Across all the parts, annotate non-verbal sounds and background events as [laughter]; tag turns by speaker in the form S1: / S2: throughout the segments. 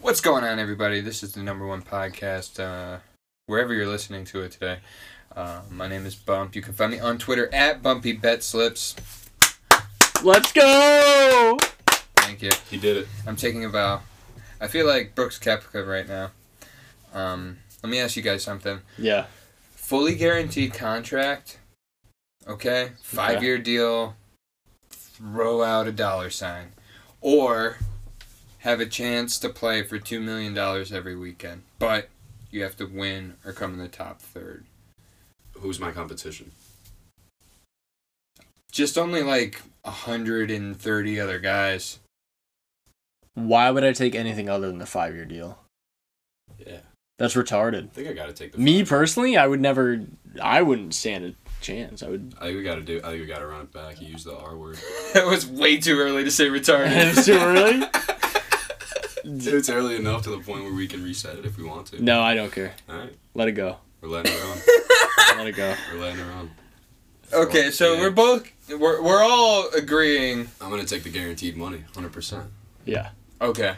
S1: What's going on, everybody? This is the number one podcast uh, wherever you're listening to it today. Uh, my name is Bump. You can find me on Twitter at Bumpy Bet Slips.
S2: Let's go!
S1: Thank you.
S3: He did it.
S1: I'm taking a vow. I feel like Brooks Kepka right now. Um, let me ask you guys something.
S2: Yeah.
S1: Fully guaranteed contract. Okay, five year deal. Throw out a dollar sign, or have a chance to play for two million dollars every weekend, but you have to win or come in the top third.
S3: Who's my competition?
S1: Just only like hundred and thirty other guys.
S2: Why would I take anything other than the five year deal?
S3: Yeah,
S2: That's retarded.
S3: I think I got to take the.
S2: Me
S3: five.
S2: personally, I would never. I wouldn't stand a chance. I would. [laughs]
S3: I think we got to do. I think we got to run it back. You used the R [laughs] word.
S1: [laughs] That was way too early to say
S2: [laughs]
S1: retarded.
S2: It's too early?
S3: it's early enough to the point where we can reset it if we want to.
S2: No, I don't care.
S3: All right,
S2: Let it go.
S3: we're letting her on.
S2: Let it go.
S3: We're letting her on.
S1: okay, so
S3: Yeah.
S1: we're both we're we're all agreeing.
S3: I'm gonna take the guaranteed money, hundred percent.
S2: Yeah.
S1: Okay.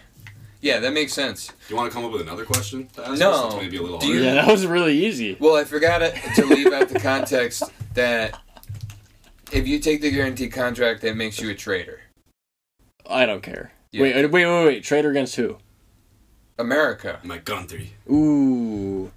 S1: Yeah, that makes sense.
S3: You want to come up with another question? To ask
S1: No.
S3: us? That's maybe a little
S1: Do you-
S3: harder.
S2: Yeah, that was really easy.
S1: Well, I forgot it- to leave out the context that if you take the guaranteed contract, that makes you a traitor.
S2: I don't care.
S1: Yeah.
S2: Wait, uh, wait, wait, wait, wait. Trader against who?
S1: America,
S3: My country.
S2: Ooh.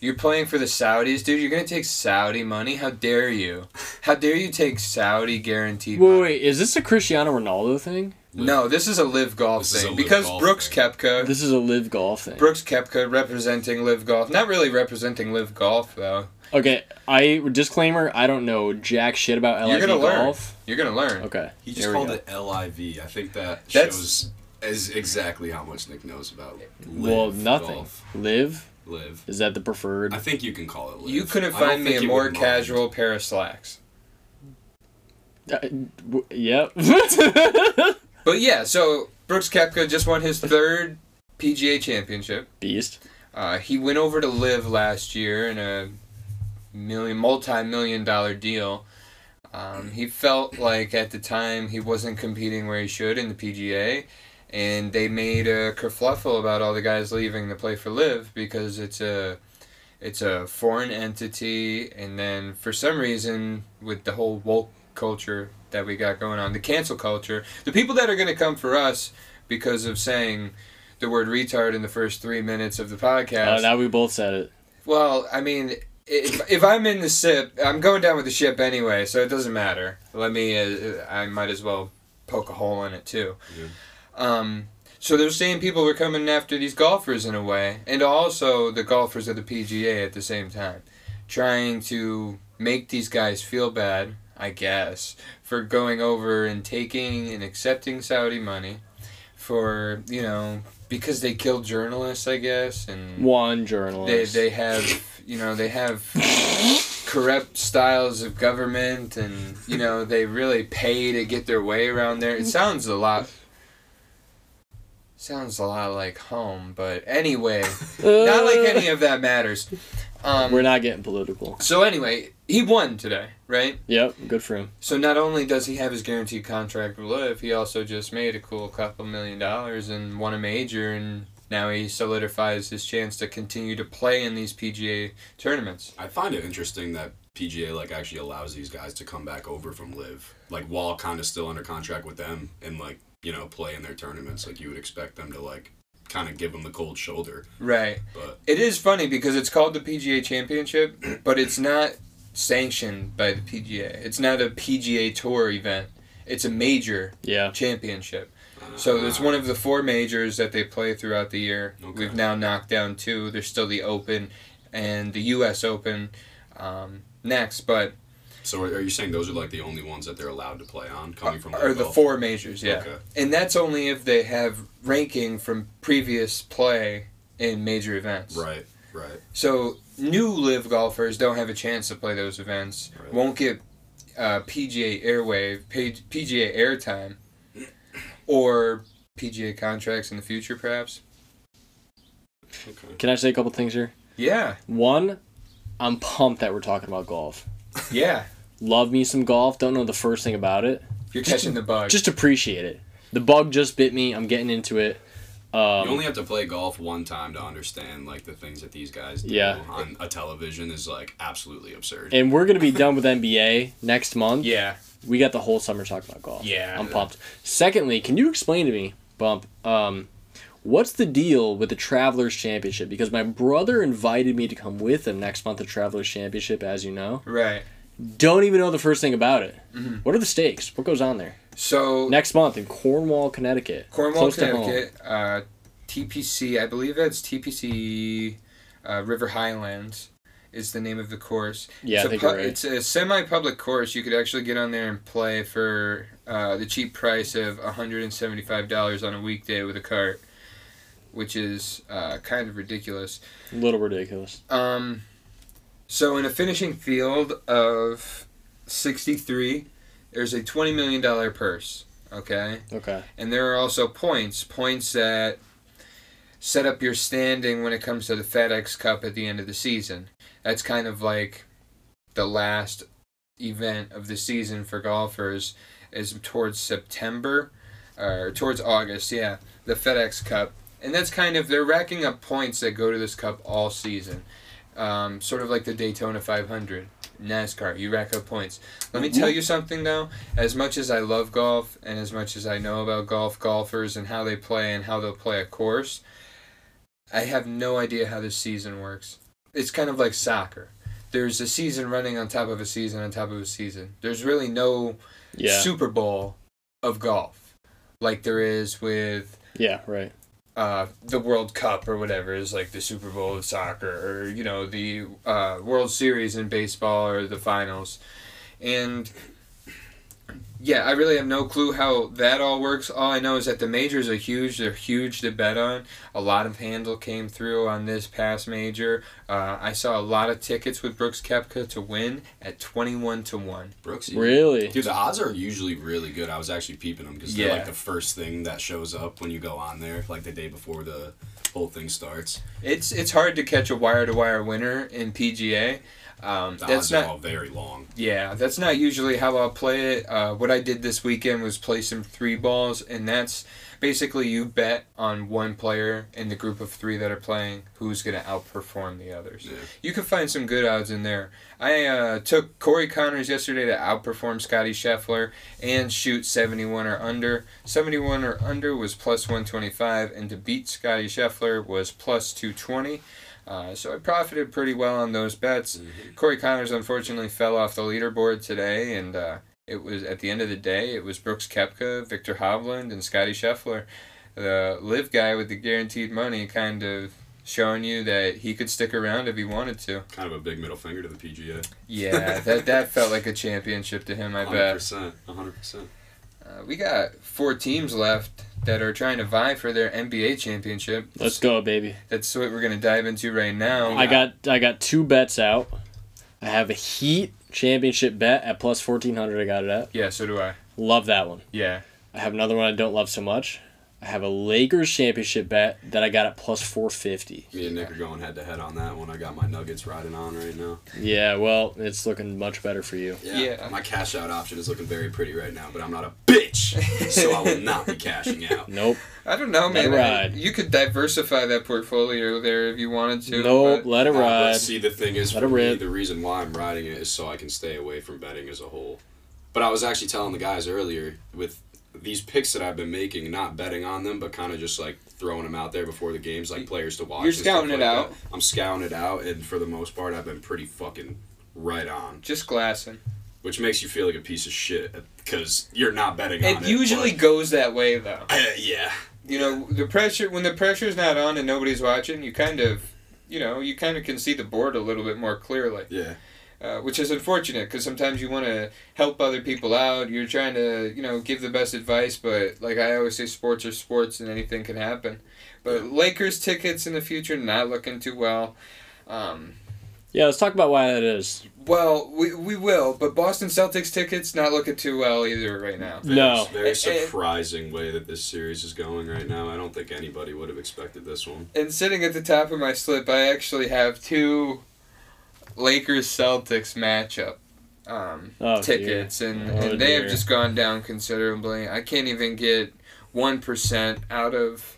S1: you're playing for the Saudis, dude. You're gonna take Saudi money. How dare you? How dare you take Saudi guaranteed?
S2: Wait, wait,
S1: money?
S2: wait. Is this a Cristiano Ronaldo thing?
S1: No, this is a live golf
S3: This is a
S1: thing
S3: Live
S1: because
S3: Golf
S1: Brooks
S3: thing.
S1: Kepka,
S2: This is a live golf thing.
S1: Brooks Kepka representing live golf. Not really representing live golf though.
S2: Okay, I disclaimer. I don't know jack shit about
S1: You're
S2: LIV
S1: gonna learn.
S2: golf.
S1: You're gonna learn.
S2: Okay.
S3: He
S2: here
S3: just
S2: we
S3: called
S2: go.
S3: it LIV. I think that
S1: That's-
S3: shows is exactly how much Nick knows about.
S2: Well,
S3: live
S2: nothing.
S3: golf.
S2: Live
S3: Live.
S2: is that the preferred?
S3: I think you can call it. Live.
S1: You couldn't
S3: I don't
S1: find me
S3: think
S1: a
S3: you
S1: more
S3: would mind.
S1: casual pair of slacks.
S2: Uh, w- yep. [laughs] Beast.
S1: But yeah, so Brooks Koepka just won his third PGA championship. Uh, he went over to live last year in a million multi-million dollar deal. Um, he felt like at the time he wasn't competing where he should in the PGA, and they made a kerfluffle about all the guys leaving to play for Live because it's a it's a foreign entity, and then for some reason with the whole woke culture that we got going on, the cancel culture, the people that are going to come for us because of saying the word retard in the first three minutes of the podcast.
S2: Oh, now we both said it.
S1: Well, I mean, if, if I'm in the ship, I'm going down with the ship anyway, so it doesn't matter. Let me, uh, I might as well poke a hole in it too.
S3: Yeah.
S1: Um, so those same people were coming after these golfers in a way, and also the golfers of the PGA at the same time, trying to make these guys feel bad, I guess, for going over and taking and accepting Saudi money, for you know because they killed journalists, I guess, and
S2: One
S1: they
S2: journalist.
S1: Mm. they have you know they have corrupt styles of government and you know they really pay to get their way around there it sounds a lot sounds a lot like home but anyway not like any of that matters um,
S2: Uh, We're not getting political.
S1: so anyway he won today right
S2: Yep. Good for him.
S1: so not only does he have his guaranteed contract with live he also just made a cool couple million dollars and won a major and now he solidifies his chance to continue to play in these PGA tournaments.
S3: I find it interesting that PGA like actually allows these guys to come back over from Live, like while kind of still under contract with them, and like you know play in their tournaments. Like you would expect them to like kind of give them the cold shoulder,
S1: Right.
S3: but
S1: It is funny because it's called the PGA Championship, but it's not sanctioned by the PGA. It's not a PGA Tour event. It's a major
S2: Yeah.
S1: championship. So it's one of the four majors that they play throughout the year.
S3: Okay.
S1: We've now knocked down two. There's still the Open and the U.S. Open um, next, but
S3: So are are you saying those are like the only ones that they're allowed to play on coming Oh, from
S1: are
S3: Live
S1: the
S3: Golf?
S1: four majors, yeah.
S3: Okay.
S1: And that's only if they have ranking from previous play in major events.
S3: Right, right.
S1: So new live golfers don't have a chance to play those events.
S3: Right.
S1: Won't get uh, PGA airwave, page, PGA airtime, or PGA contracts in the future, perhaps.
S3: Okay.
S2: Can I say a couple things here?
S1: Yeah,
S2: One, I'm pumped that we're talking about golf.
S1: yeah.
S2: Love me some golf. Don't know the first thing about it.
S1: You're catching the bug.
S2: Just appreciate it. The bug just bit me. I'm getting into it. Um,
S3: you only have to play golf one time to understand like the things that these guys do
S2: Yeah.
S3: on a television is like absolutely absurd.
S2: and we're gonna be done with NBA next month.
S1: yeah.
S2: we got the whole summer talking about golf.
S1: Yeah.
S2: I'm pumped. Secondly, can you explain to me, Bump, um, what's the deal with the Travelers Championship? Because my brother invited me to come with him next month to Travelers Championship, as you know.
S1: Right. Mm-hmm.
S2: Don't even know the first thing about it. What are the stakes? What goes on there?
S1: So
S2: Next month in Cornwall, Connecticut.
S1: Cornwall,
S2: to home.
S1: Connecticut, uh, TPC, I believe it's TPC uh, River Highlands is the name of the course.
S2: Yeah,
S1: it's
S2: I think
S1: a
S2: you're right.
S1: It's a semi-public course. You could actually get on there and play for uh, the cheap price of $175 on a weekday with a cart, which is uh, kind of ridiculous.
S2: A little ridiculous.
S1: Um, so in a finishing field of 63, there's a $20 million purse, okay?
S2: Okay.
S1: And there are also points, points that set up your standing when it comes to the FedEx Cup at the end of the season. That's kind of like the last event of the season for golfers is towards September or towards August, yeah, the FedEx Cup. And that's kind of they're racking up points that go to this cup all season. Um, sort of like the Daytona 500, NASCAR, you rack up points. Let me tell you something though, as much as I love golf and as much as I know about golf golfers and how they play and how they'll play a course, I have no idea how this season works. It's kind of like soccer. There's a season running on top of a season on top of a season. There's really no
S2: Yeah.
S1: Super Bowl of golf, like there is with
S2: yeah, right.
S1: uh, the World Cup or whatever is like the Super Bowl of soccer, or you know the uh, World Series in baseball or the finals, and yeah, I really have no clue how that all works. All I know is that the majors are huge. They're huge to bet on. A lot of handle came through on this past major. Uh, I saw a lot of tickets with Brooks Kepka to win at twenty-one to one.
S3: Brooksy.
S2: Really?
S3: Dude, the odds are usually really good. I was actually peeping them because
S1: Yeah.
S3: they're like the first thing that shows up when you go on there, like the day before the whole thing starts.
S1: It's it's hard to catch a wire-to-wire winner in PGA. Um,
S3: The
S1: that's
S3: odds
S1: not
S3: are all very long.
S1: Yeah, that's not usually how I'll play it. Uh, what I did this weekend was play some three balls, and that's basically you bet on one player in the group of three that are playing who's going to outperform the others.
S3: Yeah.
S1: You can find some good odds in there. I uh, took Corey Connors yesterday to outperform Scotty Scheffler and shoot 71 or under. 71 or under was plus 125, and to beat Scotty Scheffler was plus 220. Uh, so I profited pretty well on those bets. Corey Connors unfortunately fell off the leaderboard today, and uh, it was at the end of the day, it was Brooks Kepka, Victor Hovland, and Scotty Scheffler. The live guy with the guaranteed money kind of showing you that he could stick around if he wanted to.
S3: Kind of a big middle finger to the PGA.
S1: [laughs] Yeah, that that felt like a championship to him. I bet.
S3: 100%. 100%.
S1: Uh, we got four teams left that are trying to vie for their NBA championship.
S2: Let's go, baby.
S1: That's what we're gonna dive into right now.
S2: I got I got two bets out. I have a Heat championship bet at plus fourteen hundred. I got it at.
S1: Yeah, so do I.
S2: Love that one.
S1: Yeah.
S2: I have another one I don't love so much. I have a Lakers championship bet that I got at plus 450.
S3: Me and Nick are going head to head on that one. I got my Nuggets riding on right now.
S2: Yeah, well, it's looking much better for you.
S1: Yeah.
S3: My cash out option is looking very pretty right now, but I'm not a bitch, so I will not be cashing out.
S2: Nope.
S1: I don't know, man.
S2: Let it ride.
S1: You could diversify that portfolio there if you wanted to.
S2: nope,
S1: but-
S2: let it
S3: Uh,
S2: ride.
S3: but see, the thing is,
S2: Let
S3: for
S2: it
S3: me,
S2: rip.
S3: the reason why I'm riding it is so I can stay away from betting as a whole. But I was actually telling the guys earlier with these picks that I've been making, not betting on them, but kind of just like throwing them out there before the games, like players to watch.
S1: You're
S3: and stuff
S1: scouting it
S3: like
S1: out.
S3: that. I'm scouting it out, and for the most part, I've been pretty fucking right on,
S1: Just glassing.
S3: which makes you feel like a piece of shit because you're not betting
S1: It
S3: on it.
S1: usually
S3: but-
S1: goes that way though. [laughs]
S3: [laughs] yeah.
S1: You know, the pressure when the pressure's not on and nobody's watching, you kind of, you know, you kind of can see the board a little bit more clearly.
S3: Yeah.
S1: uh, which is unfortunate because sometimes you want to help other people out. You're trying to, you know, give the best advice, but like I always say, sports are sports and anything can happen. But Lakers tickets in the future not looking too well. Um,
S2: yeah, let's talk about why that is.
S1: well, we, we will, but Boston Celtics tickets not looking too well either right now.
S3: Mm-hmm.
S2: No.
S3: Very
S1: Eh, eh.
S3: surprising way that this series is going right now. I don't think anybody would have expected this one.
S1: And sitting at the top of my slip, I actually have two Lakers Celtics matchup um,
S2: Oh, dear.
S1: tickets, and,
S2: Oh,
S1: and they have
S2: dear.
S1: just gone down considerably. I can't even get one percent out of.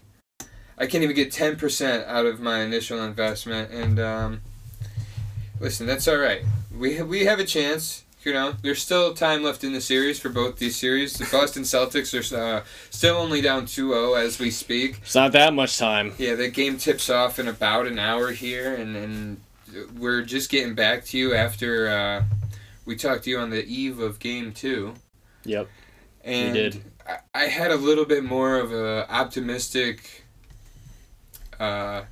S1: I can't even get ten percent out of my initial investment, and um, listen, that's all right. We ha- we have a chance. You know, there's still time left in the series for both these series. The Boston Celtics are uh, still only down 2-0 as we speak.
S2: It's not that much time.
S1: Yeah, the game tips off in about an hour here, and, and we're just getting back to you after uh, we talked to you on the eve of game two.
S2: Yep.
S1: And
S2: did.
S1: I, I had a little bit more of a optimistic uh,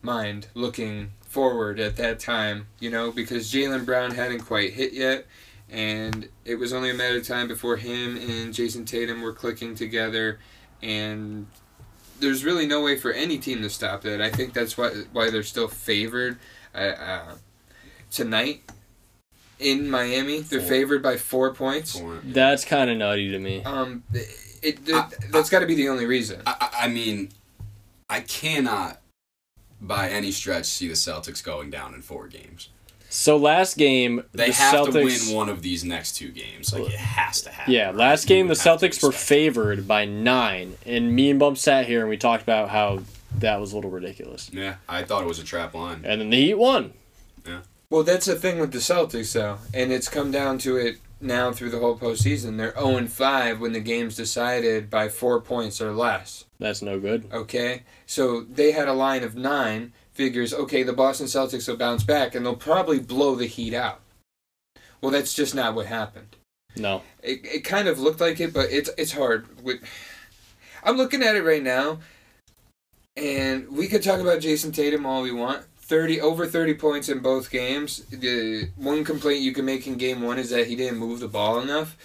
S1: mind looking forward at that time, you know, because Jalen Brown hadn't quite hit yet, and it was only a matter of time before him and Jason Tatum were clicking together, and there's really no way for any team to stop that. I think that's why why they're still favored uh, uh, tonight in Miami. They're
S3: Four.
S1: favored by four points.
S3: Point.
S2: That's kind of nutty to me.
S1: Um, it, it
S3: I-
S1: that's got to be the only reason.
S3: I, I- I mean, I cannot by any stretch see the Celtics going down in four games.
S2: So last game,
S3: They
S2: the
S3: have
S2: Celtics.
S3: to win one of these next two games. Like it has to happen.
S2: Yeah,
S3: right?
S2: last
S3: You
S2: game the
S3: have to
S2: Celtics were
S3: expect
S2: favored by nine, and me and Bump sat here and we talked about how that was a little ridiculous.
S3: it. Yeah, I thought it was a trap line.
S2: And then the Heat won.
S1: Well, that's the thing with the Celtics, though, and it's come down to it now through the whole postseason. They're zero and five when the game's decided by four points or less.
S2: That's no good.
S1: Okay, so they had a line of nine. Figures, okay, the Boston Celtics will bounce back, and they'll probably blow the Heat out. Well, that's just not what happened.
S2: No.
S1: It, it kind of looked like it, but it's it's hard. With I'm looking at it right now, and we could talk about Jason Tatum all we want. Thirty over thirty points in both games. The one complaint you can make in game one is that he didn't move the ball enough.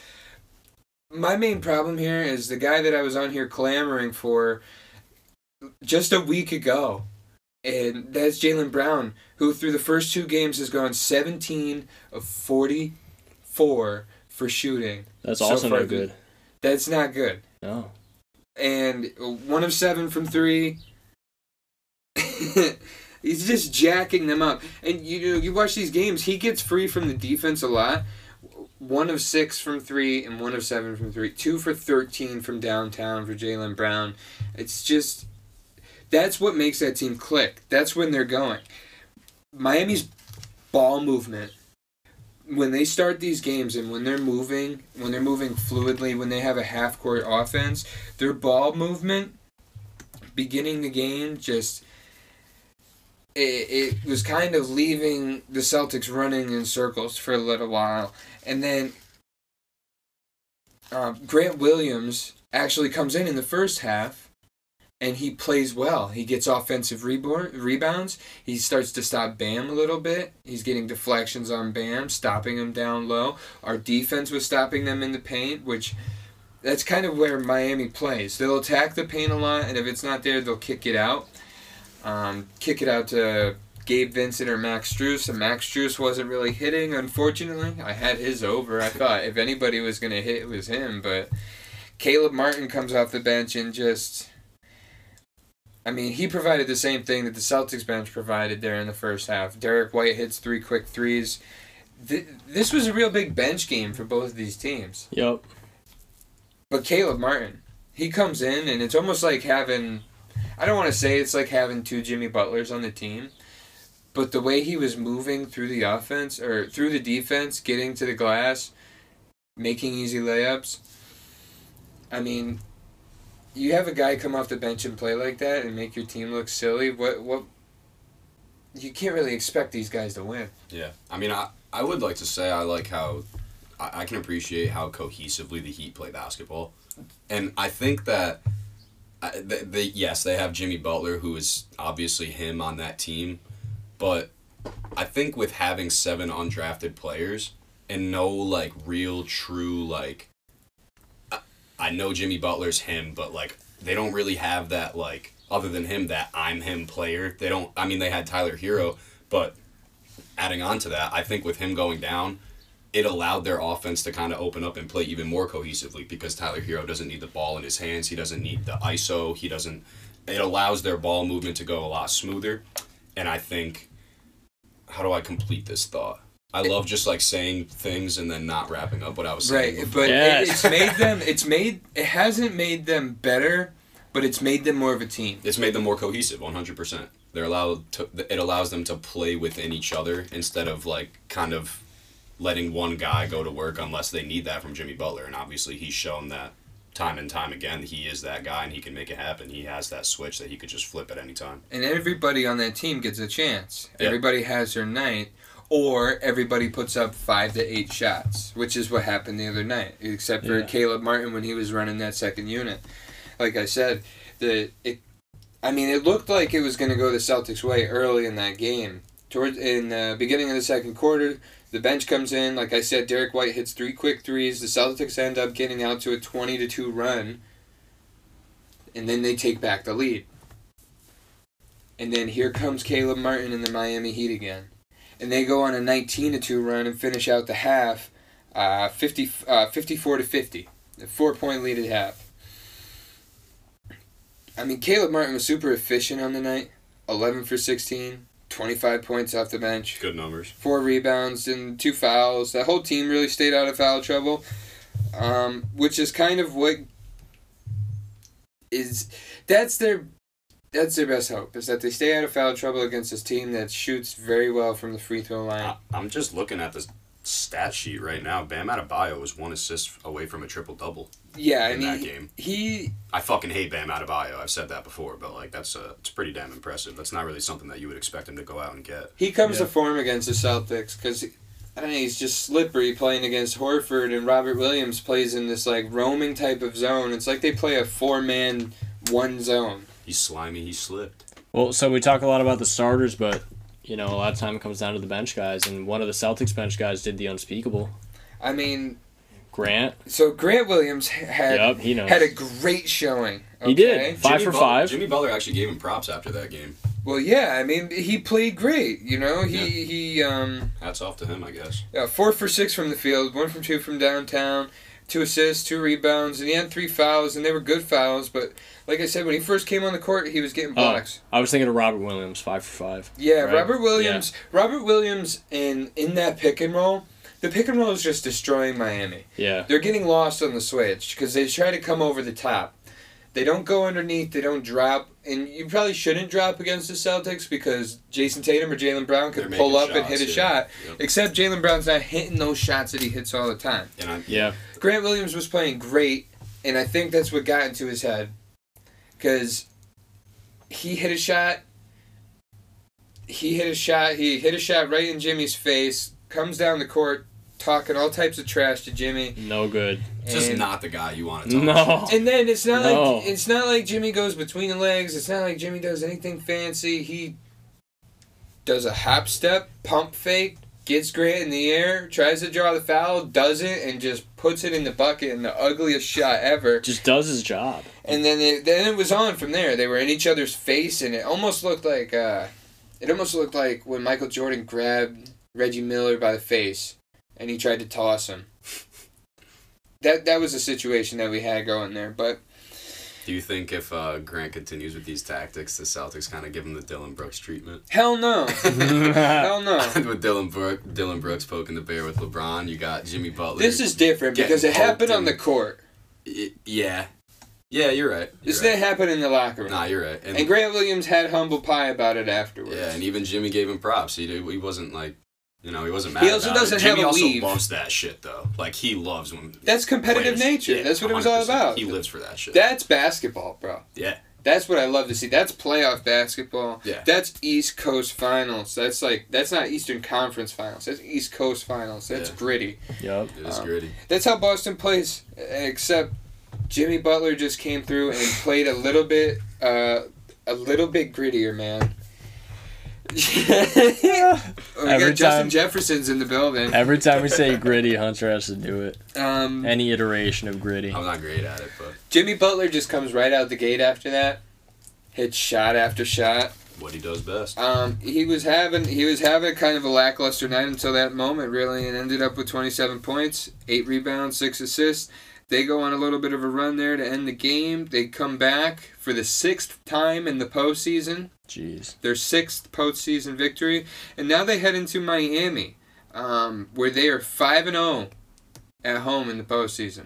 S1: My main problem here is the guy that I was on here clamoring for just a week ago, and that's Jalen Brown, who through the first two games has gone seventeen of forty-four for shooting.
S2: That's
S1: So
S2: also
S1: far,
S2: no
S1: the-
S2: good.
S1: That's not good.
S2: No.
S1: And one of seven from three. [laughs] He's just jacking them up. And you know, you watch these games, he gets free from the defense a lot. One of six from three and one of seven from three. Two for 13 from downtown for Jalen Brown. It's just. That's what makes that team click. That's when they're going. Miami's ball movement when they start these games and when they're moving, when they're moving fluidly, when they have a half court offense, their ball movement beginning the game just it, it was kind of leaving the Celtics running in circles for a little while, and then uh, Grant Williams actually comes in in the first half, and he plays well. He gets offensive rebound, rebounds. He starts to stop Bam a little bit. He's getting deflections on Bam, stopping him down low. Our defense was stopping them in the paint, which that's kind of where Miami plays. They'll attack the paint a lot, and if it's not there, they'll kick it out. Um, kick it out to Gabe Vincent or Max Struess, and Max Struess wasn't really hitting, unfortunately. I had his over. I thought if anybody was going to hit, it was him, but Caleb Martin comes off the bench and just. I mean, he provided the same thing that the Celtics bench provided there in the first half. Derek White hits three quick threes. Th- this was a real big bench game for both of these teams.
S2: Yep.
S1: But Caleb Martin, he comes in and it's almost like having I don't want to say it's like having two Jimmy Butlers on the team, but the way he was moving through the offense or through the defense, getting to the glass, making easy layups. I mean, you have a guy come off the bench and play like that and make your team look silly. What what you can't really expect these guys to win.
S3: Yeah, I mean, I I would like to say I like how I, I can appreciate how cohesively the Heat play basketball, and I think that. I, they, they, yes, they have Jimmy Butler, who is obviously him on that team, but I think with having seven undrafted players and no like real true like, I, I know Jimmy Butler's him, but like they don't really have that like other than him that I'm him player. They don't. I mean, they had Tyler Hero, but adding on to that, I think with him going down, it allowed their offense to kind of open up and play even more cohesively because Tyler Hero doesn't need the ball in his hands. He doesn't need the ISO. He doesn't. It allows their ball movement to go a lot smoother. And I think, how do I complete this thought? I love just like saying things and then not wrapping up what I was saying.
S1: Right, but
S2: Yes.
S1: it, it's made them. It's made. It hasn't made them better, but it's made them more of a team.
S3: It's made them more cohesive, 100%. They're allowed to, it allows them to play within each other instead of like kind of letting one guy go to work unless they need that from Jimmy Butler. And obviously, he's shown that time and time again. He is that guy and he can make it happen. He has that switch that he could just flip at any time.
S1: and everybody on that team gets a chance.
S3: Yeah.
S1: Everybody has their night, or everybody puts up five to eight shots, which is what happened the other night, except for
S2: Yeah.
S1: Caleb Martin when he was running that second unit. Like I said, the it, I mean, it looked like it was going to go the Celtics' way early in that game. Towards in the beginning of the second quarter, the bench comes in. Like I said, Derek White hits three quick threes. The Celtics end up getting out to a twenty to two run, and then they take back the lead. And then here comes Caleb Martin and the Miami Heat again. And they go on a 19 to 2 run and finish out the half uh, 50, uh, 54 to 50. A four point lead at half. I mean, Caleb Martin was super efficient on the night 11 for 16, 25 points off the bench,
S3: Good numbers.
S1: four rebounds, and two fouls. The whole team really stayed out of foul trouble, um, which is kind of what is that's their that's their best hope is that they stay out of foul trouble against this team that shoots very well from the free throw line.
S3: I, I'm just looking at this stat sheet right now. Bam Adebayo was one assist away from a triple double
S1: yeah, I
S3: in that
S1: mean
S3: game.
S1: he
S3: I fucking hate Bam Adebayo. I've said that before, but like that's uh, it's pretty damn impressive. That's not really something that you would expect him to go out and get.
S1: he comes
S2: Yeah.
S1: to form against the Celtics because. I don't know, he's just slippery playing against Horford and Robert Williams plays in this like roaming type of zone. It's like they play a four man one zone.
S3: He's slimy. He slipped.
S2: Well, so we talk a lot about the starters, but you know, a lot of time it comes down to the bench guys, and one of the Celtics bench guys did the unspeakable.
S1: I mean,
S2: Grant,
S1: So Grant Williams had
S2: yep, he knows.
S1: had a great showing.
S2: He did. Five for
S3: Butler,
S2: five.
S3: Jimmy Butler actually gave him props after that game.
S1: Well, yeah. I mean, he played great. You know, he he um
S3: Hats off to him, I guess.
S1: yeah, four for six from the field, one from two from downtown, two assists, two rebounds, and he had three fouls, and they were good fouls. But like I said, when he first came on the court, he was getting
S2: Oh.
S1: blocks.
S2: I was thinking of Robert Williams, five for five.
S1: Yeah,
S2: Right.
S1: Robert Williams. Robert Williams in in that pick and roll. The pick and roll is just destroying Miami.
S2: Yeah,
S1: They're getting lost on the switch because they try to come over the top. They don't go underneath. They don't drop, and you probably shouldn't drop against the Celtics because Jason Tatum or Jalen Brown could
S3: They're
S1: pull up
S3: making
S1: and hit a
S3: shots, yeah.
S1: shot.
S3: Yep.
S1: Except Jalen Brown's not hitting those shots that he hits all the time.
S3: And I,
S2: yeah,
S1: Grant Williams was playing great, and I think that's what got into his head because he hit a shot. He hit a shot. He hit a shot right in Jimmy's face. Comes down the court, talking all types of trash to Jimmy.
S2: no good.
S3: just
S1: and-
S3: not the guy you want to talk
S2: No,
S1: and then it's not
S2: No.
S1: like it's not like Jimmy goes between the legs. It's not like Jimmy does anything fancy. He does a hop step, pump fake, gets Grant in the air, tries to draw the foul, does it, and just puts it in the bucket in the ugliest shot ever.
S2: just does his
S1: [laughs]
S2: job.
S1: And then it, then it was on from there. They were in each other's face, and it almost looked like uh, it almost looked like when Michael Jordan grabbed Reggie Miller by the face, and he tried to toss him. That that was a situation that we had going there, but.
S2: [laughs]
S3: Do you think if uh, Grant continues with these tactics, the Celtics kind of give him the Dylan Brooks treatment?
S1: Hell
S3: [laughs]
S1: no. Hell no.
S3: with Dylan Brook, Dylan Brooks poking the bear with LeBron, you got Jimmy Butler.
S1: This is different
S3: Getting
S1: because it happened
S3: poked
S1: on the
S3: and-
S1: court.
S3: Y- yeah, yeah, you're right. You're
S1: This
S3: right.
S1: didn't happen in the locker room.
S3: Nah, you're right.
S1: And Grant Williams had humble pie about it afterwards.
S3: Yeah, and even Jimmy gave him props. He did, he wasn't like, you know, he wasn't mad.
S1: He also
S3: about it.
S1: doesn't have
S3: Jimmy
S1: a
S3: also
S1: weave.
S3: loves that shit though. Like he loves when
S1: That's competitive
S3: players-
S1: nature.
S3: Yeah,
S1: That's what it was all
S3: 100%.
S1: about.
S3: He lives for that shit.
S1: That's basketball, bro.
S3: yeah,
S1: That's what I love to see. That's playoff basketball.
S3: Yeah.
S1: That's East Coast Finals. That's like that's not Eastern Conference Finals. That's East Coast Finals. That's
S3: Yeah.
S1: gritty.
S2: Yep.
S3: it is
S1: Um,
S2: [laughs]
S3: gritty.
S1: That's how Boston plays. Except Jimmy Butler just came through and played a little bit, uh, a little bit grittier, man. [laughs] we
S2: Every
S1: got Justin
S2: time-
S1: Jefferson's in the building.
S2: Every time we say gritty, Hunter has to do it.
S1: Um,
S2: Any iteration of gritty.
S3: I'm not great at it, but
S1: Jimmy Butler just comes right out the gate after that. Hits shot after shot.
S3: what he does best.
S1: Um, he was having he was having kind of a lackluster night until that moment, really, and ended up with 27 points, eight rebounds, six assists. They go on a little bit of a run there to end the game. They come back for the sixth time in the postseason,
S2: Jeez.
S1: their sixth postseason victory, and now they head into Miami. um, where they are five and zero at home in the postseason.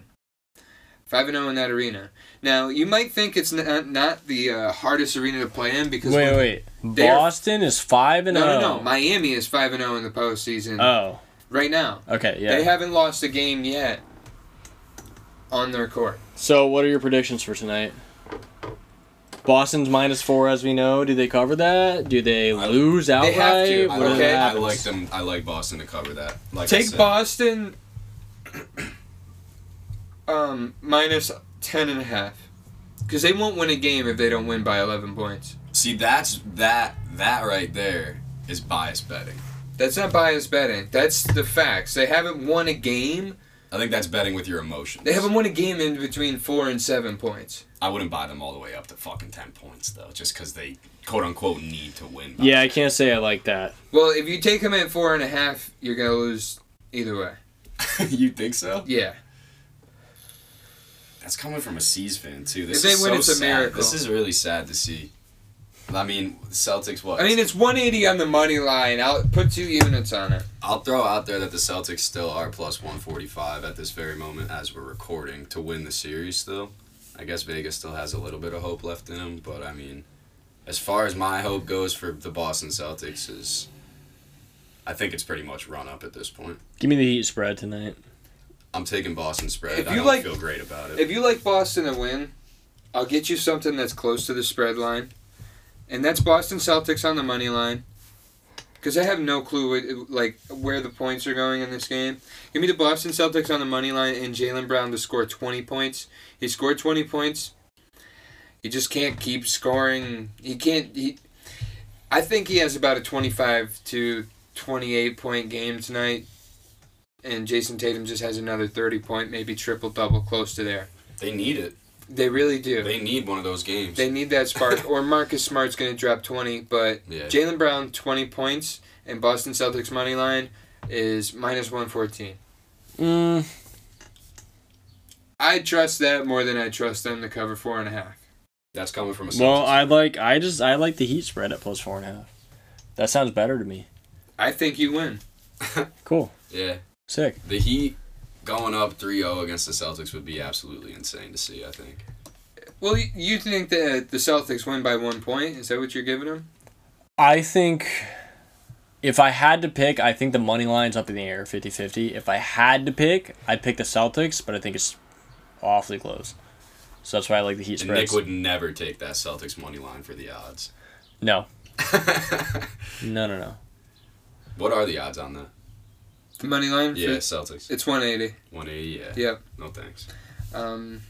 S1: Five and zero in that arena. Now you might think it's not, not the uh, hardest arena to play in because
S4: Wait,
S1: when-
S4: wait.
S1: they're-
S4: Boston is five and
S1: no, no,
S4: oh.
S1: no. Miami is five and zero in the postseason
S2: Uh,
S4: Oh,
S1: right now.
S4: okay, yeah.
S1: They haven't lost a game yet on their court.
S2: So, what are your predictions for tonight? Boston's minus four, as we know. Do they cover that? Do they
S3: I-
S2: lose outright?
S1: have to.
S3: I,
S2: What
S3: like,
S1: Okay.
S3: I
S2: happens?
S3: like them. I like Boston to cover that. Like I
S1: Take
S3: said,
S1: Boston [clears throat] um, minus ten and a half. Because they won't win a game if they don't win by eleven points.
S3: See, that's that that right there is bias betting.
S1: That's not biased betting. That's the facts. They haven't won a game.
S3: I think that's betting with your emotions.
S1: They haven't won a game in between four and seven points.
S3: I wouldn't buy them all the way up to fucking ten points though, just because they quote unquote need to win. by-
S2: Yeah, I can't say I like that.
S1: Well, if you take them at four and a half, you're gonna lose either way.
S3: [laughs] you think so?
S1: Yeah.
S3: That's coming from a C's fan too. This
S1: If they
S3: is
S1: win,
S3: so
S1: it's a
S3: sad.
S1: miracle.
S3: This is really sad to see. I mean, Celtics. What?
S1: I mean, it's 180 on the money line. I'll put two units on it.
S3: I'll throw out there that the Celtics still are plus 145 at this very moment as we're recording to win the series still. I guess Vegas still has a little bit of hope left in them, but I mean, as far as my hope goes for the Boston Celtics is I think it's pretty much run up at this point.
S2: Give me the Heat spread tonight.
S3: I'm taking Boston spread.
S1: If
S3: I
S1: you
S3: don't
S1: like-
S3: feel great about it.
S1: If you like Boston to win, I'll get you something that's close to the spread line, and that's Boston Celtics on the money line. Because I have no clue what, like where the points are going in this game. Give me the Boston Celtics on the money line and Jalen Brown to score 20 points. He scored 20 points. He just can't keep scoring. He can't. He, I think he has about a 25 to 28 point game tonight, and Jason Tatum just has another 30 point, maybe triple double, close to there.
S3: they need it.
S1: They really do. They,
S3: They need one of those games.
S1: need that spark. or Marcus Smart's going to drop 20, but
S3: Yeah.
S1: Jalen Brown 20 points and Boston Celtics money line is minus 114.
S2: Mm,
S1: I trust that more than I trust them to cover four and a half.
S3: That's coming from a Celtics.
S2: well, I like. I just I like the Heat spread at plus four and a half. That sounds better to me.
S1: I think you win.
S2: Cool.
S3: yeah.
S2: Sick.
S3: The Heat going up 3-0 against the Celtics would be absolutely insane to see, I think.
S1: Well, y- you think that uh, the Celtics win by one point? Is that what you're giving them?
S2: I think if I had to pick, I think the money line's up in the air 50 50. If I had to pick, I'd pick the Celtics, but I think it's awfully close. So that's why I like the Heat
S3: And Nick
S2: spreads.
S3: would never take that Celtics money line for the odds.
S2: No. No, no, no.
S3: [laughs] what are the odds on that?
S1: The money line? for-
S3: Yeah, Celtics.
S1: It's 180.
S3: 180, yeah.
S1: Yep.
S3: No thanks.
S1: Um,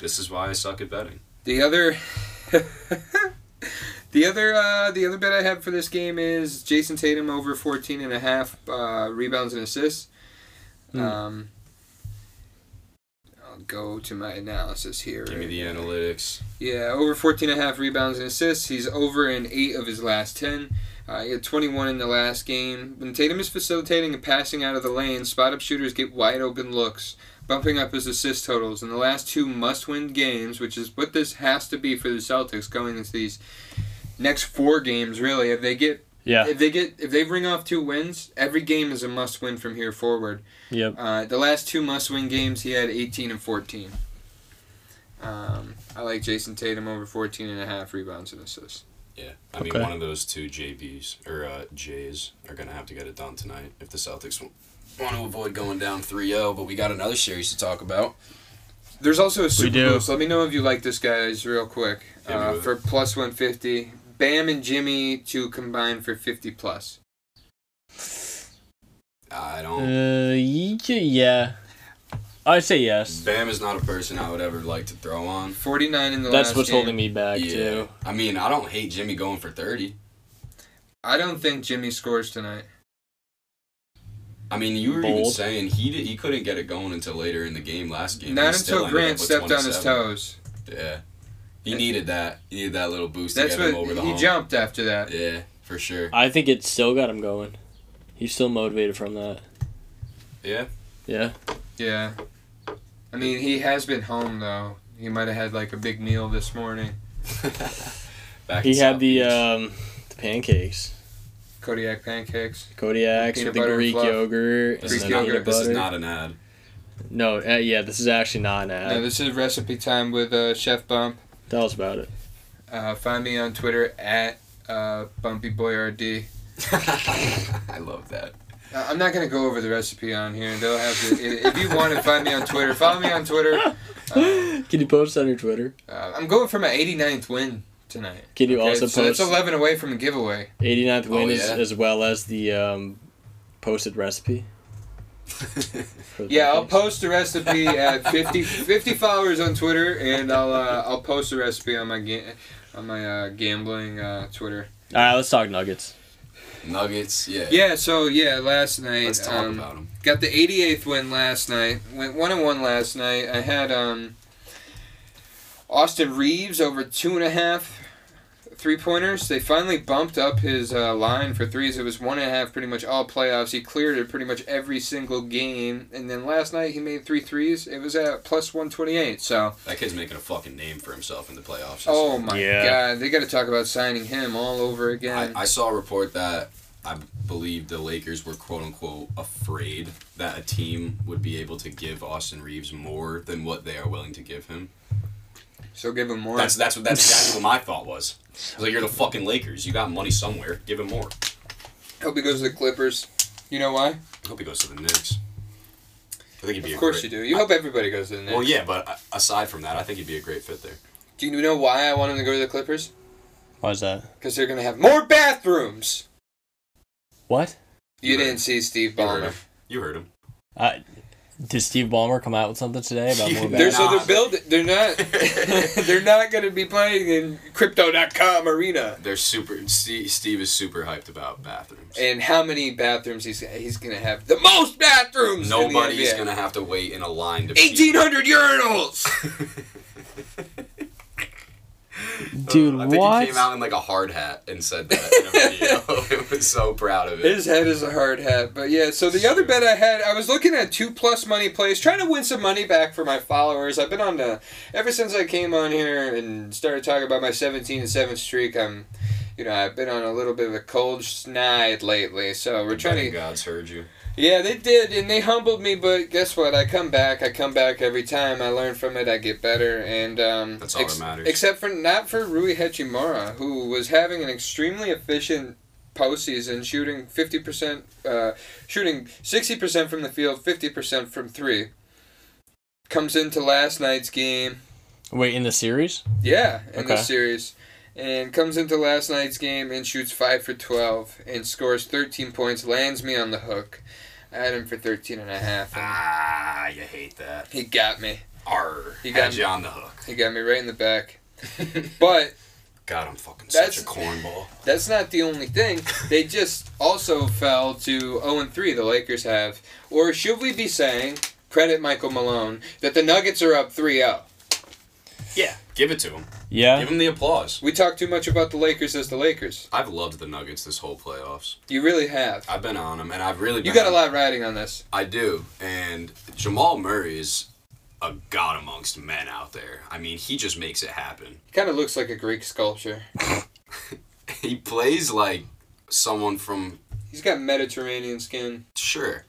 S3: This is why I suck at betting.
S1: The other, [laughs] the other, uh, the other bet I have for this game is Jason Tatum over 14 and a half uh, rebounds and assists.
S2: Hmm.
S1: Um, I'll go to my analysis here.
S3: Give me the analytics.
S1: Yeah, over 14 and a half rebounds and assists. He's over in eight of his last 10. Uh, he had 21 in the last game. When Tatum is facilitating and passing out of the lane, spot up shooters get wide open looks, bumping up his assist totals. In the last two must win games, which is what this has to be for the Celtics going into these next four games, really, if they get.
S2: Yeah.
S1: If they get if they ring off two wins, every game is a must win from here forward.
S2: Yep.
S1: Uh, the last two must-win games, he had 18 and 14. Um, I like Jason Tatum over 14 and a half rebounds and assists.
S3: Yeah. I mean,
S2: Okay.
S3: one of those two JBs or uh, J's are going to have to get it done tonight if the Celtics w- want to avoid going down 3 0, but we got another series to talk about.
S1: There's also a super
S2: do.
S1: boost. Let me know if you like this, guys, real quick.
S3: Hit me
S1: Uh,
S3: with it.
S1: for plus 150, Bam and Jimmy to combine for 50 plus.
S3: I
S2: Uh,
S3: don't.
S2: y- yeah. I'd say yes.
S3: Bam is not a person I would ever like to throw on.
S1: 49 in the last
S2: That's what's
S1: game.
S2: holding me back,
S3: Yeah.
S2: too.
S3: I mean, I don't hate Jimmy going for 30.
S1: I don't think Jimmy scores tonight.
S3: I mean, you were even
S2: Bold.
S3: saying he did, he couldn't get it going until later in the game last game.
S1: Not
S3: He still
S1: until
S3: ended
S1: Grant
S3: up with
S1: stepped on his
S3: 27.
S1: toes.
S3: Yeah. He needed that. He needed that little boost
S1: That's
S3: to get him
S1: what
S3: over the
S1: he
S3: hump.
S1: jumped after that.
S3: Yeah, for sure. [laughs]
S2: I think it still got him going. He's still motivated from that.
S3: Yeah.
S2: Yeah.
S1: Yeah. I mean, he has been home, though. He might have had like a big meal this morning.
S3: Back
S2: He
S3: in
S2: had the uh,
S3: South
S2: um, the pancakes.
S1: Kodiak pancakes.
S2: Kodiaks
S1: Peanut
S2: with the
S1: butter and
S2: Greek
S1: fluff.
S2: yogurt.
S3: This,
S1: Greek
S3: is,
S2: and
S3: not,
S1: yogurt.
S2: peanut
S3: this is
S2: butter.
S3: not an ad. [laughs]
S2: No, uh, yeah, this is actually not an ad.
S1: Now this is recipe time with uh, Chef Bump.
S2: Tell us about it.
S1: Uh, find me on Twitter at uh, BumpyBoyRD.
S3: I love that.
S1: [laughs] Uh, I'm not gonna go over the recipe on here. They'll have to. i- if you want to find me on Twitter, follow me on [laughs] Twitter. Uh,
S2: [gasps] Can you post on your Twitter?
S1: uh, I'm going for my 89th win tonight.
S2: Can you
S1: Okay,
S2: also
S1: so
S2: post
S1: that's 11 away from a giveaway.
S2: 89th win
S3: Oh,
S2: as,
S3: yeah.
S2: as well as the um, posted recipe? for the
S1: Yeah, I'll
S2: pancakes?
S1: post the recipe at 50, 50 followers on Twitter, and I'll uh, I'll post the recipe on my ga- on my uh, gambling uh, Twitter.
S2: All right, let's talk Nuggets.
S3: Nuggets, yeah.
S1: Yeah. So yeah, last night.
S3: Let's talk
S1: um,
S3: about them.
S1: Got the 88th win last night. Went one and one last night. I had um, Austin Reeves over two and a half three pointers. They finally bumped up his uh, line for threes. It was one and a half pretty much all playoffs. He cleared it pretty much every single game. And then last night he made three threes. It was at plus 128. So,
S3: That kid's making a fucking name for himself in the playoffs. this
S1: oh
S3: year.
S1: my
S2: Yeah.
S1: God, they got to talk about signing him all over again.
S3: I, I saw a report that I believe the Lakers were quote unquote afraid that a team would be able to give Austin Reeves more than what they are willing to give him.
S1: so give him more.
S3: That's that's what that's exactly what my thought was. I was like, you're the fucking Lakers. You got money somewhere. Give him more.
S1: Hope he goes to the Clippers. You know why?
S3: I hope he goes to the Knicks. I think he'd be.
S1: Of
S3: a
S1: course you
S3: great,
S1: do. You hope everybody goes to the Knicks.
S3: Well, yeah, but a- aside from that, I think he'd be a great fit there.
S1: Do you know why I want him to go to the Clippers?
S2: Why is that?
S1: Because they're going to have more bathrooms.
S2: What?
S1: You
S3: Right.
S1: didn't see Steve
S3: You heard him.
S1: Ballmer.
S3: You heard him.
S2: Uh, did Steve Ballmer come out with something today about [laughs] more
S3: Yeah.
S1: They're,
S2: bad?
S1: so
S3: Nah.
S1: they're building. They're
S3: [laughs]
S1: not. [laughs] they're not going to be playing in Crypto.com arena.
S3: They're super. Steve, Steve is super hyped about bathrooms.
S1: And how many bathrooms he's he's going to have? The most bathrooms.
S3: Nobody's
S1: going
S3: gonna have to wait in a line to. pee.
S1: Eighteen hundred urinals.
S2: [laughs] Dude,
S3: Uh, I think
S2: what?
S3: he came out in like a hard hat and said that in a
S2: [laughs]
S3: video. [laughs] I was so proud of it.
S1: His head is a hard hat, but yeah. So the other bet I had, I was looking at two plus money plays, trying to win some money back for my followers. I've been on the ever since I came on here and started talking about my seventeen and seven streak. I'm, you know, I've been on a little bit of a cold snide lately. So we're trying to
S3: Betting God's heard you.
S1: yeah, they did, and they humbled me. But guess what? I come back. I come back every time. I learn from it. I get better, and um,
S3: That's all that matters.
S1: Except for not for Rui Hachimura, who was having an extremely efficient postseason, shooting fifty percent, uh, shooting sixty percent from the field, fifty percent from three. Comes into last night's game,
S2: Wait, in the series?
S1: yeah, in the
S2: Okay.
S1: series. And comes into last night's game and shoots 5 for 12 and scores 13 points, lands me on the hook. I had him for 13 and a half. And
S3: Ah, you hate that.
S1: he got me.
S3: Arr,
S1: He
S3: he
S1: got
S3: got
S1: me.
S3: you on the hook.
S1: He got me right in the back. But
S3: God, I'm fucking
S1: That's-
S3: such a cornball.
S1: that's not the only thing. They just also fell to 0 and 3, the Lakers have. Or should we be saying, credit Michael Malone, that the Nuggets are up 3 0?
S3: Yeah, give it to him.
S2: Yeah.
S3: Give him the applause.
S1: We talk too much about the Lakers as the Lakers.
S3: I've loved the Nuggets this whole playoffs.
S1: You really have.
S3: I've been on them, and I've really been
S1: You got a
S3: on-
S1: lot riding on this.
S3: I do, and Jamal Murray is a god amongst men out there. I mean, he just makes it happen.
S1: He kind of looks like a Greek sculpture.
S3: [laughs] He plays like someone from
S1: He's got Mediterranean skin.
S3: Sure.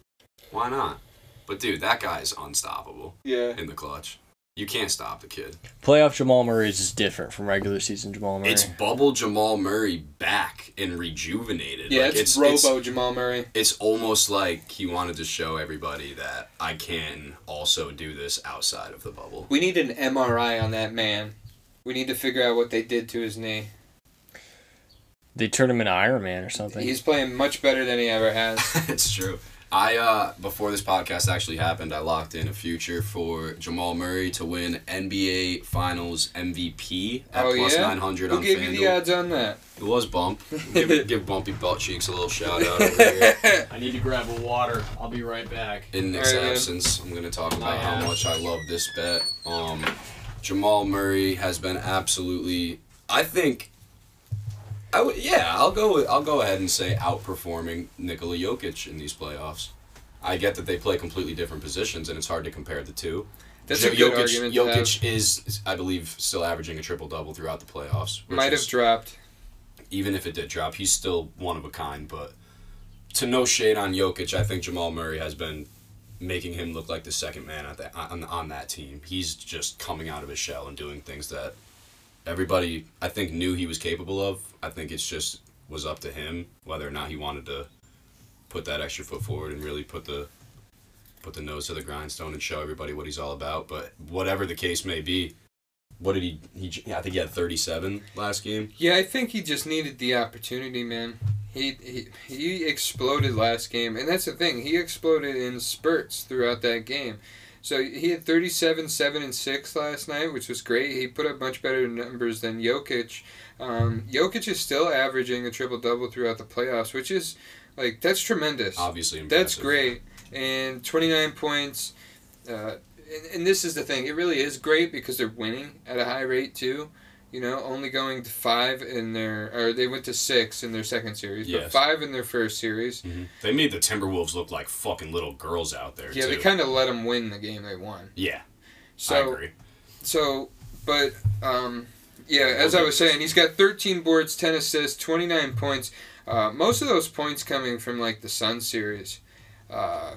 S3: Why not? But dude, that guy's unstoppable
S1: Yeah.
S3: in the clutch. You can't stop the kid.
S2: Playoff Jamal Murray is just different from regular season Jamal Murray.
S3: It's bubble Jamal Murray back and rejuvenated.
S1: Yeah,
S3: Like,
S1: it's, Robo Jamal Murray.
S3: It's, it's almost like he wanted to show everybody that I can also do this outside of the bubble. [laughs]
S1: We need an MRI on that man. We need to figure out what they did to his knee.
S2: they turned him into Iron Man or something.
S1: He's playing much better than he ever has.
S3: it's true. I uh before this podcast actually happened, I locked in a future for Jamal Murray to win NBA Finals MVP at
S1: Oh, yeah?
S3: 900
S1: Who
S3: on
S1: gave you the
S3: FanDuel.
S1: odds on that?
S3: It was
S1: [laughs]
S3: Bump. Give, give Bumpy Butt Cheeks a little shout out over here.
S1: [laughs]
S2: I need to grab a water. I'll be right back.
S3: In Nick's
S1: Alright, man.
S3: absence, I'm going to talk about
S2: I
S3: how
S2: have.
S3: much I love this bet. Um, Jamal Murray has been absolutely. I think. I would, yeah, I'll go. With, I'll go ahead and say outperforming Nikola Jokic in these playoffs. I get that they play completely different positions, and it's hard to compare the two.
S1: That's
S3: Jo-
S1: a good
S3: Jokic,
S1: argument to
S3: Jokic is, I believe, still averaging a triple double throughout the playoffs. which
S1: Might
S3: is-
S1: have dropped.
S3: even if it did drop, he's still one of a kind. But to no shade on Jokic, I think Jamal Murray has been making him look like the second man at that on, on that team. He's just coming out of his shell and doing things that everybody I think knew he was capable of. I think it's just was up to him whether or not he wanted to put that extra foot forward and really put the put the nose to the grindstone and show everybody what he's all about. But whatever the case may be, what did he? He yeah, I think he had thirty seven last game.
S1: Yeah, I think he just needed the opportunity, man. He, he he exploded last game, and that's the thing. He exploded in spurts throughout that game. So he had 37, 7, and 6 last night, which was great. He put up much better numbers than Jokic. Um, Jokic is still averaging a triple double throughout the playoffs, which is, like, that's tremendous.
S3: Obviously,
S1: That's
S3: impressive.
S1: great. And 29 points. Uh, and, and this is the thing. It really is great because they're winning at a high rate, too. You know, only going to five in their, or they went to six in their second series, but
S3: Yes.
S1: five in their first series.
S3: Mm-hmm. They made the Timberwolves look like fucking little girls out there.
S1: Yeah,
S3: too.
S1: they kind of let them win the game they won.
S3: yeah,
S1: So,
S3: I agree.
S1: So, but um, yeah, as I was saying, he's got 13 boards, 10 assists, 29 points. Uh, most of those points coming from like the Sun series. Uh,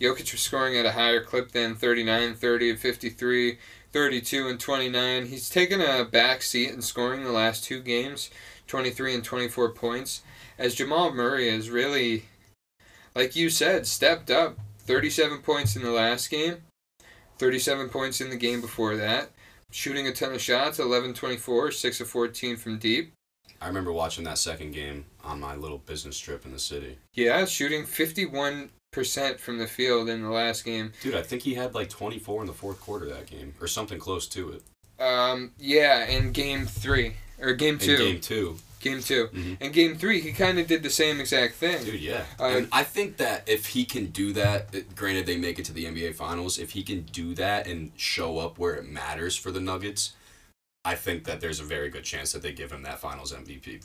S1: Jokic was scoring at a higher clip than 39, 30, and 53, 32, and 29. He's taken a back seat in scoring the last two games, 23 and 24 points, as Jamal Murray has really, like you said, stepped up. 37 points in the last game. 37 points in the game before that. Shooting a ton of shots, 11 24, 6 of 14 from deep.
S3: I remember watching that second game on my little business trip in the city.
S1: Yeah, shooting 51% from the field in the last game.
S3: Dude, I think he had like 24 in the fourth quarter that game, or something close to it.
S1: Um, yeah, in game three, or game
S3: In
S1: two.
S3: game two.
S1: Game two.
S3: Mhm.
S1: In game three, he kind of did the same exact thing.
S3: Dude, yeah.
S1: Uh,
S3: and I think that if he can do that, it- granted they make it to the NBA Finals, if he can do that and show up where it matters for the Nuggets, I think that there's a very good chance that they give him that Finals MVP.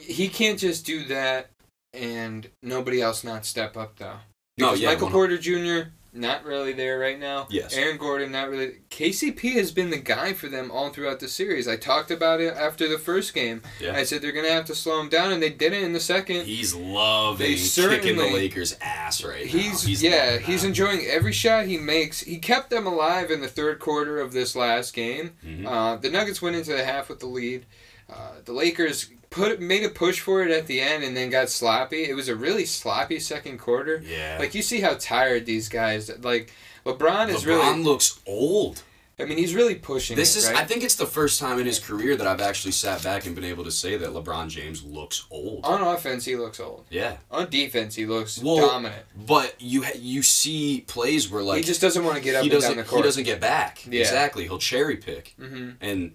S1: He can't just do that and nobody else not step up, though.
S3: No,
S1: Because
S3: yeah,
S1: Michael
S3: one-
S1: Porter Jr. not really there right now.
S3: Yes.
S1: Aaron Gordon not really. KCP has been the guy for them all throughout the series. I talked about it after the first game.
S3: Yeah.
S1: I said they're gonna have to slow him down, and they didn't in the second.
S3: He's loving
S1: They
S3: kicking the
S1: certainly-
S3: Lakers' ass right now.
S1: He's, yeah,
S3: loving
S1: he's
S3: that.
S1: enjoying every shot he makes. He kept them alive in the third quarter of this last game.
S3: Mhm.
S1: Uh, the Nuggets went into the half with the lead. Uh, the Lakers put made a push for it at the end, and then got sloppy. It was a really sloppy second quarter.
S3: yeah.
S1: Like you see how tired these guys. Like LeBron is
S3: LeBron
S1: really.
S3: looks old.
S1: I mean, he's really pushing.
S3: This
S1: it,
S3: is. I
S1: right?
S3: think it's the first time in his career that I've actually sat back and been able to say that LeBron James looks old.
S1: on offense he looks old.
S3: Yeah.
S1: On defense he looks
S3: Well,
S1: dominant.
S3: But you ha- you see plays where like
S1: he just doesn't want to get up
S3: he
S1: and down the
S3: doesn't he
S1: court.
S3: doesn't get back.
S1: Yeah.
S3: Exactly. He'll cherry pick,
S1: hmm
S3: and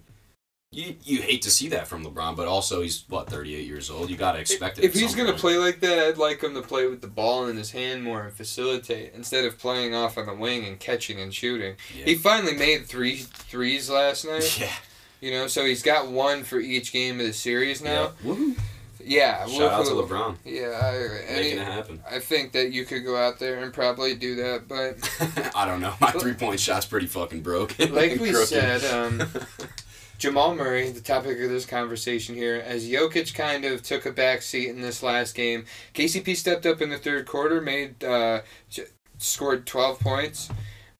S3: you you hate to see that from LeBron, but also he's what 38 years old. You gotta expect it.
S1: If
S3: at
S1: he's
S3: some
S1: gonna
S3: point.
S1: play like that, I'd like him to play with the ball in his hand more and facilitate instead of playing off on the wing and catching and shooting.
S3: Yeah.
S1: He finally made three threes last night.
S3: [laughs] yeah.
S1: You know, so he's got one for each game of the series now.
S3: Yeah. Woo.
S1: Yeah.
S3: Shout out to
S1: woohoo.
S3: LeBron
S1: Yeah, I, any-
S3: making it happen. [laughs]
S1: I think that you could go out there and probably do that, but
S3: [laughs] I don't know. My three point shot's pretty fucking broke. [laughs]
S1: Like we
S3: Crooked.
S1: said, um, Jamal Murray, the topic of this conversation here, as Jokic kind of took a back seat in this last game. KCP stepped up in the third quarter, made uh, j- scored twelve points.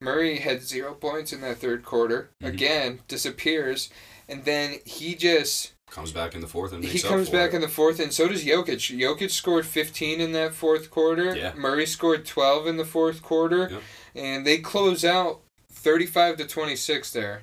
S1: Murray had zero points in that third quarter.
S3: Mhm.
S1: Again, disappears, and then he just
S3: comes back in the fourth and makes
S1: he
S3: up
S1: comes
S3: for
S1: back
S3: it.
S1: in the fourth, and so does Jokic. Jokic scored 15 in that fourth quarter.
S3: Yeah.
S1: Murray scored 12 in the fourth quarter,
S3: Yep.
S1: and they close out 35 to 26 there.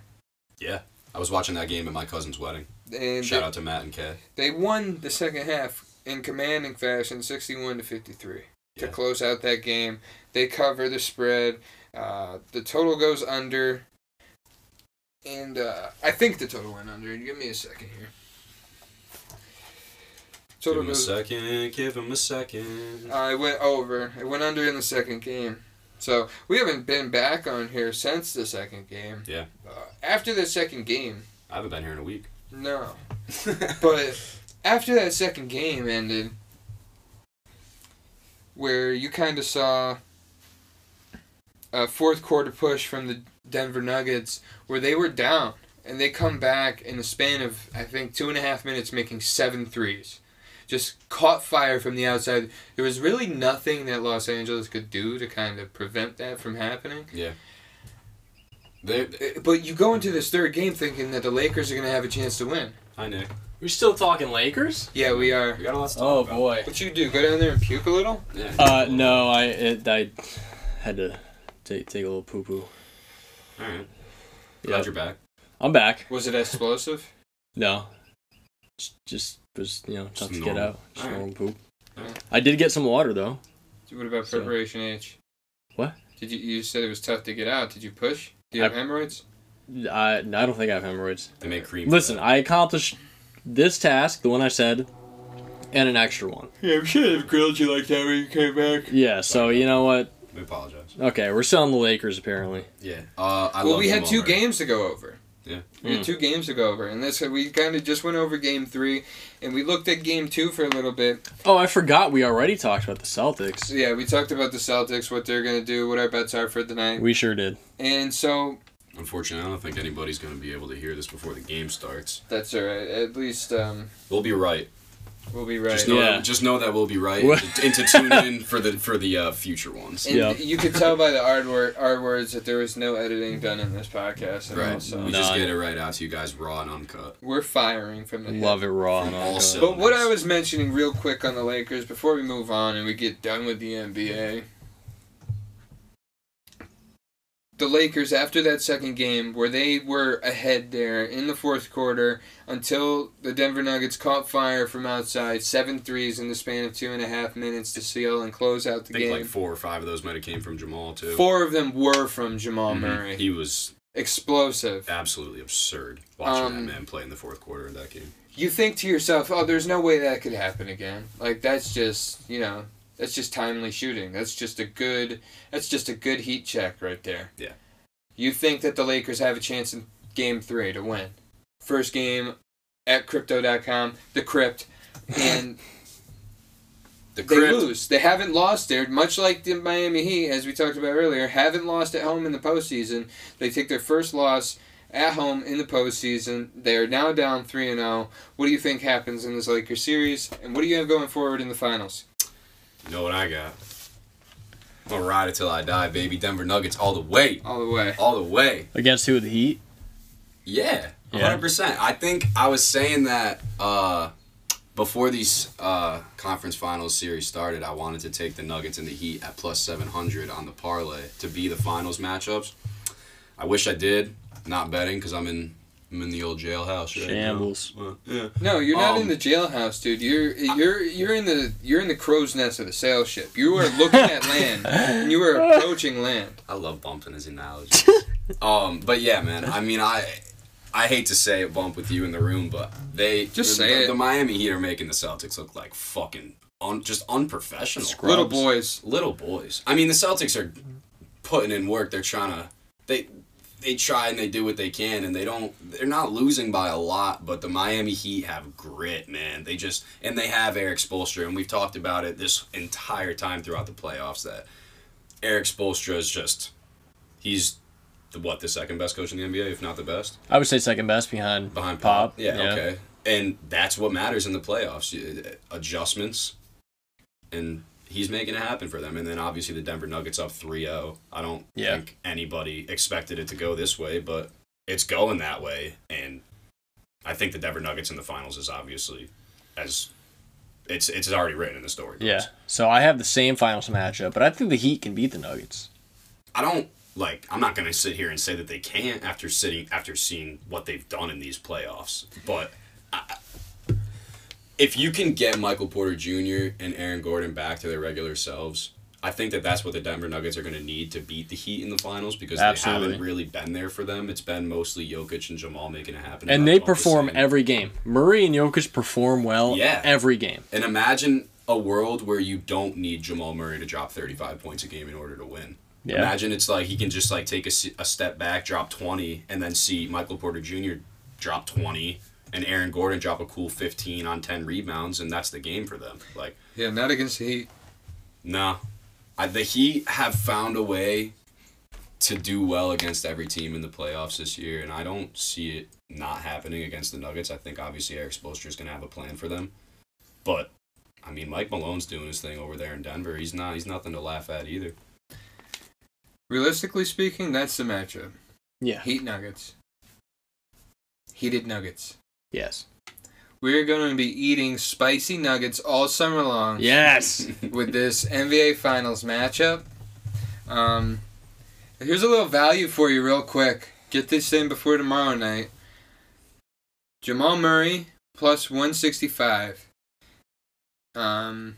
S3: I was watching that game at my cousin's wedding.
S1: And
S3: Shout
S1: they,
S3: out to Matt and Kay.
S1: they won the second half in commanding fashion, 61 to 53. To
S3: Yeah.
S1: close out that game, they cover the spread. Uh, the total goes under, and uh, I think the total went under. Give me a second here.
S3: Give
S1: Total
S3: him a
S1: goes
S3: second. Give him a second.
S1: I went over. It went under in the second game. So we haven't been back on here since the second game.
S3: Yeah.
S1: Uh, after the second game,
S3: I haven't been here in
S1: [laughs]
S3: a week.
S1: no. But after that second game ended, where you kind of saw a fourth quarter push from the Denver Nuggets, where they were down and they come back in the span of I think two and a half minutes, making seven threes. Just caught fire from the outside. There was really nothing that Los Angeles could do to kind of prevent that from happening.
S3: Yeah. They,
S1: Uh, But you go into this third game thinking that the Lakers are going to have a chance to win.
S3: hi Nick.
S2: We're still talking Lakers?
S1: Yeah, we are.
S3: We got a lot to talk
S2: Oh
S3: about.
S2: boy.
S1: What you do? Go down there and puke a little?
S3: Yeah.
S2: Uh no, I it, I had to take take a little poo poo.
S3: All right. Glad
S2: Yeah,
S3: you're back.
S2: I'm back.
S1: Was it explosive?
S2: No, just, just was you know tough
S3: Just
S2: to get
S3: normal.
S2: out. Just
S3: Alright.
S2: normal poop.
S1: Alright.
S2: I did get some water though.
S1: What about
S2: So-
S1: preparation H?
S2: What?
S1: Did you you said it was tough to get out? Did you push? Do you have
S2: I-
S1: hemorrhoids?
S2: I I don't think I have hemorrhoids.
S3: They make cream. for
S2: Listen,
S3: that.
S2: I accomplished this task, the one I said, and an extra one.
S1: Yeah, we should have grilled you like that when you came back.
S2: Yeah. So you know what?
S3: we apologize.
S2: Okay, we're selling the Lakers apparently.
S3: Yeah. Uh, I
S1: well,
S3: love
S1: we had
S3: Jamal
S1: two
S3: Murray.
S1: games to go over.
S3: Yeah.
S1: We had
S2: Mm.
S1: two games to go over, and that's we kind of just went over game three, and we looked at game two for a little bit.
S2: Oh, I forgot we already talked about the Celtics.
S1: So yeah, we talked about the Celtics, what they're gonna do, what our bets are for tonight,
S2: We sure did.
S1: and so
S3: Unfortunately, I don't think anybody's going to be able to hear this before the game starts.
S1: that's all right. At least um,
S3: We'll be right.
S1: we'll be right.
S3: Just know,
S2: Yeah.
S3: that, just know that we'll be right,
S2: What?
S3: and to- and to tune in for the for the uh, future ones.
S1: And
S2: Yeah.
S1: you could tell by the R word, R words that there was no editing done in this podcast at all.
S3: Right.
S1: So
S3: We just
S2: Nah.
S3: get it right out to you guys raw and uncut.
S1: we're firing from the hip.
S2: Love it raw. and all
S3: Also-
S2: good.
S1: But what I was mentioning real quick on the Lakers before we move on and we get done with the NBA. The Lakers after that second game where they were ahead there in the fourth quarter until the Denver Nuggets caught fire from outside, seven threes in the span of two and a half minutes to seal and close out
S3: I
S1: the
S3: think
S1: game.
S3: like four or five of those might have came from Jamal too.
S1: Four of them were from Jamal
S2: Mm-hmm.
S3: Mhm.
S1: Murray.
S3: He was
S1: Explosive.
S3: absolutely absurd watching
S1: Um,
S3: that man play in the fourth quarter of that game.
S1: you think to yourself, oh, there's no way that could happen again. Like that's just you know that's just timely shooting. That's just a good that's just a good heat check right there.
S3: Yeah.
S1: You think that the Lakers have a chance in Game Three to win? First game at Crypto.com, the Crypt, and they
S3: The crypt,
S1: lose. They haven't lost there, much like the Miami Heat, as we talked about earlier, haven't lost at home in the postseason. They take their first loss at home in the postseason. They are now down three and zero. What do you think happens in this Lakers series, and what do you have going forward in the finals?
S3: You know what I got? I'm gonna ride it till I die, baby. Denver Nuggets all the way,
S1: All the way.
S3: all the way.
S2: Against who? The Heat.
S3: Yeah,
S2: Yeah.
S3: hundred percent. I think I was saying that uh, before these uh, conference finals series started, I wanted to take the Nuggets and the Heat at plus seven hundred on the parlay to be the finals matchups. I wish I did. Not betting because I'm in I'm in the old jailhouse. Right
S2: Shambles.
S3: Now. Well, yeah.
S1: No, you're not
S3: Um,
S1: in the jailhouse, dude. You're you're you're in the you're in the crow's nest of the sail ship. You are looking at
S3: [laughs]
S1: land, and you are approaching land.
S3: I love bumping
S1: [laughs]
S3: his analogy. um, but yeah, man. I mean, I I hate to say it, bump with you in the room, but they
S1: Just
S3: the,
S1: say
S3: the,
S1: it.
S3: the Miami Heat are making the Celtics look like fucking un, just unprofessional.
S1: Little boys.
S3: little boys. I mean, the Celtics are putting in work. They're trying to they they try and they do what they can, and they don't. They're not losing by a lot, but the Miami Heat have grit, man. They just and they have Eric Spoelstra, and we've talked about it this entire time throughout the playoffs that Eric Spoelstra is just he's. The, what the second best coach in the NBA, if not the best,
S2: I would say second best behind
S3: behind
S2: Pop.
S3: Pop. okay, and that's what matters in the playoffs: You- adjustments, and he's making it happen for them. And then obviously the Denver Nuggets up 3-0. I don't
S2: Yeah.
S3: think anybody expected it to go this way, but it's going that way. And I think the Denver Nuggets in the finals is obviously as it's it's already written in the story.
S2: Yeah. So I have the same finals matchup, but I think the Heat can beat the Nuggets.
S3: I don't like I'm not gonna sit here and say that they can't after sitting after seeing what they've done in these playoffs. But I, if you can get Michael Porter Jr. and Aaron Gordon back to their regular selves, I think that that's what the Denver Nuggets are gonna need to beat the Heat in the finals because
S2: Absolutely.
S3: they haven't really been there for them. It's been mostly Jokic and Jamal making it happen.
S2: And
S3: I
S2: they
S3: love the
S2: perform
S3: same.
S2: every game. Murray and Jokic perform well
S3: Yeah.
S2: every game.
S3: And imagine a world where you don't need Jamal Murray to drop 35 points a game in order to win.
S2: Yeah.
S3: Imagine it's like he can just like take a, se- a step back, drop 20, and then see Michael Porter Jr. drop 20 and Aaron Gordon drop a cool 15 on 10 rebounds, and that's the game for them. Like,
S1: Yeah, not against the Heat.
S3: no. I, the Heat have found a way to do well against every team in the playoffs this year, and I don't see it not happening against the Nuggets. I think obviously Eric Spoelstra is going to have a plan for them, but I mean Mike Malone's doing his thing over there in Denver. He's not he's nothing to laugh at either.
S1: Realistically speaking, that's the matchup.
S2: Yeah.
S1: Heat Nuggets. Heated Nuggets.
S2: Yes.
S1: We're going to be eating spicy nuggets all summer long
S2: Yes.
S1: with this NBA Finals matchup. Um, here's a little value for you, real quick. Get this in before tomorrow night. Jamal Murray plus 165. Um,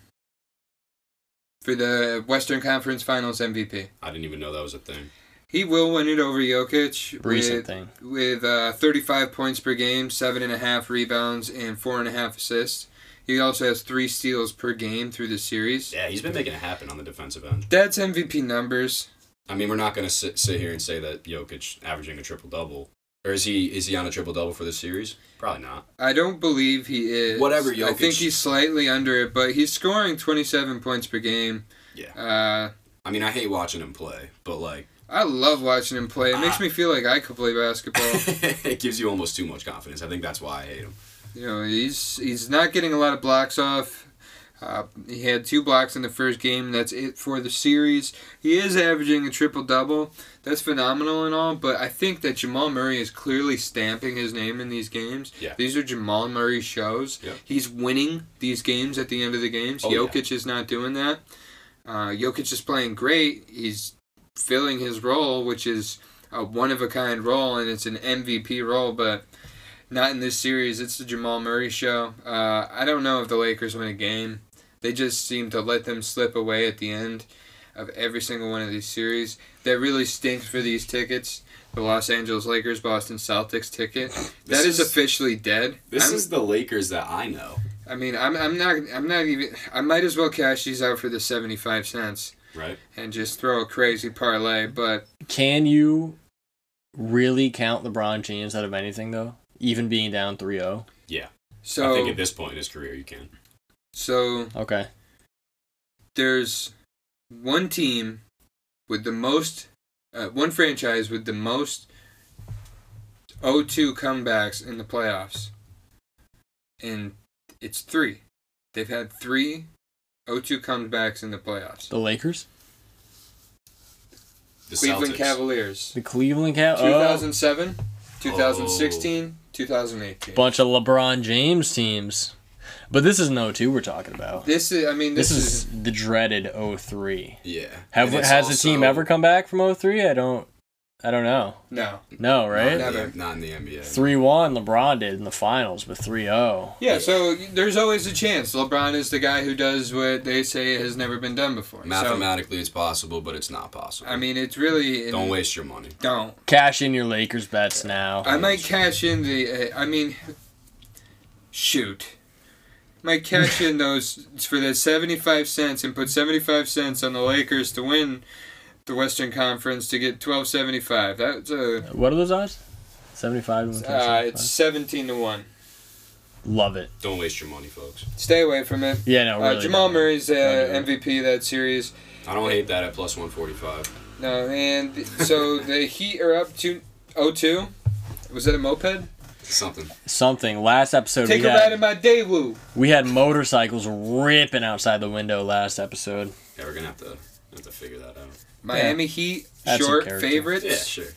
S1: for the Western Conference Finals MVP.
S3: I didn't even know that was a thing.
S1: He will win it over Jokic
S2: [laughs] Recent
S1: with,
S2: thing.
S1: with uh, 35 points per game, seven and a half rebounds, and four and a half assists. He also has three steals per game through the series.
S3: Yeah, he's been making it happen on the defensive end.
S1: That's MVP numbers.
S3: I mean, we're not going to sit, sit here and say that Jokic averaging a triple double, or is he is he on a triple double for this series? Probably not.
S1: I don't believe he is.
S3: Whatever,
S1: I think
S3: Jokic.
S1: he's slightly under it, but he's scoring 27 points per game.
S3: Yeah.
S1: Uh,
S3: I mean, I hate watching him play, but like
S1: I love watching him play. It
S3: Ah.
S1: makes me feel like I could play basketball.
S3: [laughs] it gives you almost too much confidence. I think that's why I hate him.
S1: you know, he's he's not getting a lot of blocks off. Uh, he had two blocks in the first game. That's it for the series. He is averaging a triple double. That's phenomenal and all, but I think that Jamal Murray is clearly stamping his name in these games.
S3: Yeah.
S1: These are Jamal Murray shows.
S3: Yeah.
S1: He's winning these games at the end of the games.
S3: Oh, yeah.
S1: Jokic is not doing that. Uh, Jokic is playing great. He's filling his role, which is a one of a kind role, and it's an MVP role, but not in this series. It's the Jamal Murray show. Uh, I don't know if the Lakers win a game. They just seem to let them slip away at the end of every single one of these series. That really stinks for these tickets. The Los Angeles Lakers Boston Celtics ticket that is,
S3: is-
S1: officially dead.
S3: This
S1: I'm-
S3: is the Lakers that I know,
S1: I mean, I'm, I'm not I'm not even I might as well cash these out for the 75 cents
S3: right?
S1: and just throw a crazy parlay, but
S2: Can you really count LeBron James out of anything though? Even being down oh? 3-0?
S1: so
S3: I think at this point in his career, you can.
S1: so
S2: Okay.
S1: there's one team with the most, uh, one franchise with the most 0-2 comebacks in the playoffs, and it's three. They've had three 0-2 comebacks in the playoffs.
S2: The Lakers?
S3: The
S1: Cleveland
S3: Celtics.
S1: Cavaliers,
S2: The Cleveland Cavs? Oh,
S1: 2007, 2016, 2018.
S2: bunch of LeBron James teams. But this is no 2 we're talking about.
S1: This is, I mean,
S2: This
S1: this,
S2: is the dreaded 03.
S3: Yeah.
S2: Have
S3: And it's
S2: has the
S3: also-
S2: team ever come back from 03? I don't I don't know.
S1: no.
S2: No, right?
S1: No.
S3: Not in,
S1: Never.
S3: the, not in the NBA.
S2: 3 1, LeBron did in the finals, oh. but 3 0.
S1: Yeah, so there's always a chance. LeBron is the guy who does what they say has never been done before. So-
S3: Mathematically, it's possible, but it's not possible.
S1: I mean, it's really
S3: don't waste your money.
S1: Don't.
S2: Cash in your Lakers bets now.
S1: I might cash in the. Uh, I mean, shoot, might cash in those for that seventy-five cents and put seventy-five cents on the Lakers to win the Western Conference to get twelve seventy-five. That's a.
S2: What are those odds? 75 and
S1: Uh,
S2: 125?
S1: it's seventeen to one.
S2: Love it.
S3: Don't waste your money, folks.
S1: Stay away from it.
S2: Yeah, no, really.
S1: uh, Jamal
S2: don't.
S1: Murray's uh,
S2: Don't
S1: MVP that series.
S3: I don't hate that at plus one forty five.
S1: No, and so the Heat are up to 0-2. Was it a moped?
S3: Something.
S2: Something. Last episode,
S1: Take
S2: we
S1: a ride
S2: had,
S1: in my Daewoo.
S2: we had motorcycles ripping outside the window last episode.
S3: Yeah, we're gonna have to have to figure that out.
S1: Miami Heat
S2: Add some
S1: short
S2: character.
S1: favorites.
S3: Yeah, sure.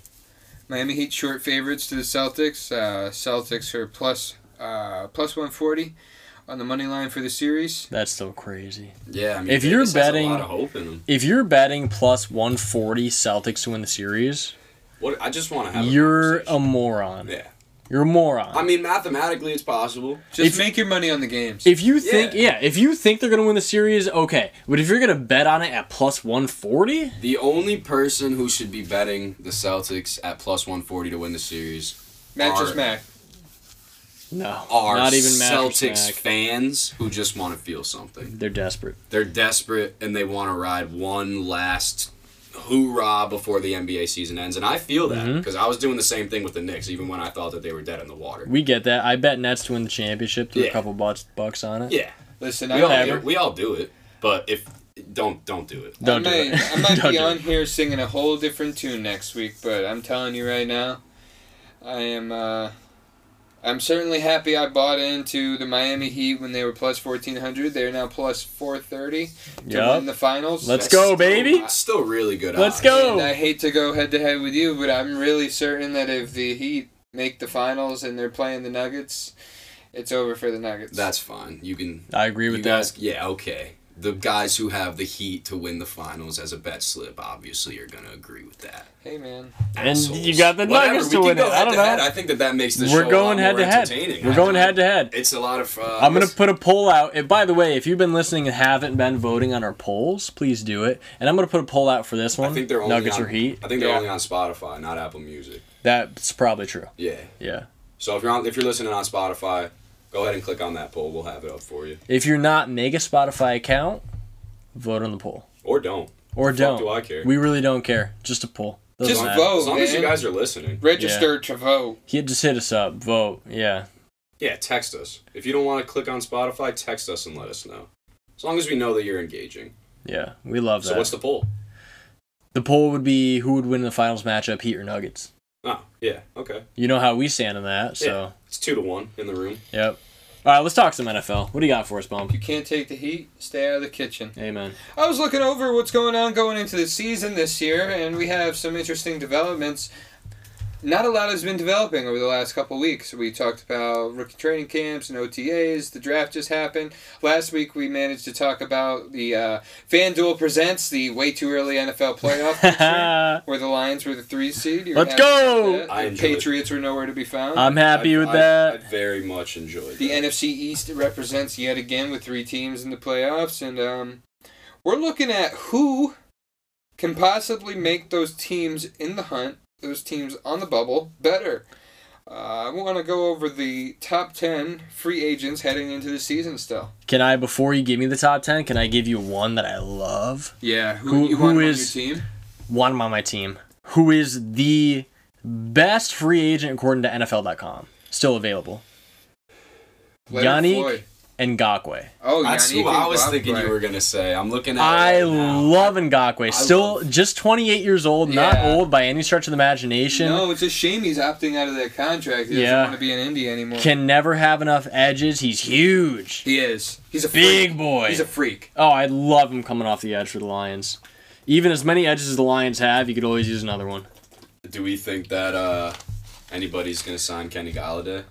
S1: Miami Heat short favorites to the Celtics. Uh, Celtics are plus uh, plus one forty on the money line for the series.
S2: That's still crazy.
S3: Yeah, I mean,
S2: If you're
S3: Vegas has
S2: betting-
S3: a lot of hope in them.
S2: If you're betting plus 140 Celtics to win the series,
S3: What I just want to have. a
S2: you're a
S3: conversation.
S2: moron.
S3: yeah.
S2: You're a moron.
S3: I mean, mathematically, it's possible.
S1: Just
S2: If-
S1: make your money on the games.
S2: If you think,
S3: Yeah.
S2: yeah, if you think they're gonna win the series, okay. But if you're gonna bet on it at plus one forty,
S3: The only person who should be betting the Celtics at plus 140 to win the series
S1: Matches
S3: are-
S1: Mac.
S2: no,
S3: are
S2: not even mattress
S3: Celtics
S2: Mac.
S3: fans who just want to feel something.
S2: They're desperate.
S3: They're desperate and they want to ride one last hoorah before the NBA season ends. And I feel that
S2: Mm-hmm.
S3: because I was doing the same thing with the Knicks, even when I thought that they were dead in the water.
S2: We get that. I bet Nets to win the championship. Threw a
S3: Yeah.
S2: couple bucks bucks on it.
S3: Yeah,
S1: Listen,
S3: we all,
S1: I,
S2: Whatever.
S3: do, we all do it. But if Don't don't do it.
S2: Don't
S1: I
S2: do
S1: might,
S2: [laughs] it.
S1: I might
S2: Don't
S1: be
S2: do
S1: on
S2: it.
S1: here singing a whole different tune next week, but I'm telling you right now, I am. Uh, I'm certainly happy I bought into the Miami Heat when they were plus fourteen hundred. They're now plus four thirty to
S2: Yup.
S1: win the finals.
S2: Let's
S3: That's
S2: go,
S3: still-
S2: baby.
S3: that's Still really good.
S2: Let's
S3: odds.
S2: go.
S1: And I hate to go head to head with you, but I'm really certain that if the Heat make the finals and they're playing the Nuggets, it's over for the Nuggets.
S3: That's fine. You can
S2: I agree
S3: you
S2: with that.
S3: guys, yeah, okay. The guys who have the Heat to win the finals as a bet slip obviously are gonna agree with that.
S1: hey man.
S2: And
S3: Assholes.
S2: you got the
S3: Whatever,
S2: Nuggets
S3: we
S2: to
S3: can
S2: win it.
S3: go
S2: I don't
S3: head-to-head.
S2: know.
S3: I think that that makes the show
S2: We're
S3: a
S2: going
S3: lot
S2: head
S3: more
S2: to head.
S3: entertaining.
S2: We're
S3: I
S2: going
S3: think
S2: head to head.
S3: It's a lot of. Uh,
S2: I'm gonna put a poll out. And by the way, if you've been listening and haven't been voting on our polls, please do it. And I'm gonna put a poll out for this one.
S3: I think they're only
S2: Nuggets
S3: on,
S2: or Heat.
S3: I think they're
S1: Yeah.
S3: only on Spotify, not Apple Music.
S2: That's probably true.
S3: Yeah.
S2: Yeah.
S3: So if you're on, if you're listening on Spotify, go ahead and click on that poll. We'll have it up for you,
S2: If you're not make a Spotify account, vote on the poll
S3: or don't.
S2: or don't.
S3: do I care?
S2: We really don't care. Just a poll. Doesn't
S1: Just
S2: matter.
S1: vote.
S3: as long as you
S1: man.
S3: guys are listening.
S1: Register to vote.
S2: He just hit us up. Vote. Yeah.
S3: Yeah, text us. If you don't want to click on Spotify, text us and let us know. As long as we know that you're engaging.
S2: Yeah. We love that.
S3: So what's the poll?
S2: the poll would be who would win the finals matchup, Heat or Nuggets.
S3: Oh, yeah, okay.
S2: You know how we stand on that. So.
S3: It's two to one in the room.
S2: Yep. All right. Let's talk some NFL. What do you got for us, Bump?
S1: You can't take the heat, stay out of the kitchen.
S2: Amen.
S1: I was looking over what's going on going into the season this year, and we have some interesting developments. Not a lot has been developing over the last couple weeks. We talked about rookie training camps and OTAs. The draft just happened. Last week, we managed to talk about the uh, FanDuel Presents, the way too early NFL
S2: [laughs]
S1: playoff picture, where the Lions were the three seed. You were
S2: Let's
S1: happy about
S2: go!
S1: that.
S3: I
S1: The
S3: enjoyed it.
S1: Patriots were nowhere to be found.
S2: [laughs] I'm happy with
S3: I,
S2: that.
S3: I, I very much enjoyed
S1: The
S3: that.
S1: NFC East represents yet again with three teams in the playoffs, and um, we're looking at who can possibly make those teams in the hunt, those teams on the bubble, better. Uh, I want to go over the top 10 free agents heading into the season still.
S2: Can I, before you give me the top 10, can I give you one that I love?
S1: Yeah,
S2: Who- you who want on your is-
S1: team?
S2: One on my team, who is the best free agent according to NFL.com. Still available. Yannick Ngakwe.
S1: Oh,
S3: That's
S1: Yannick
S3: who I was
S1: Ngakwe.
S3: thinking you were gonna say. I'm looking at.
S2: I
S3: it right now.
S2: love Ngakwe. Still
S3: love-
S2: just 28 years old, not
S1: Yeah.
S2: old by any stretch of the imagination.
S1: No, it's a shame he's opting out of that contract. He
S2: Yeah.
S1: doesn't want to be an Indy anymore.
S2: Can never have enough edges. He's huge.
S1: he is. He's a freak.
S2: Big boy.
S1: He's a freak.
S2: oh, I love him coming off the edge for the Lions. Even as many edges as the Lions have, you could always use another one.
S3: Do we think that uh, anybody's gonna sign Kenny Galladay?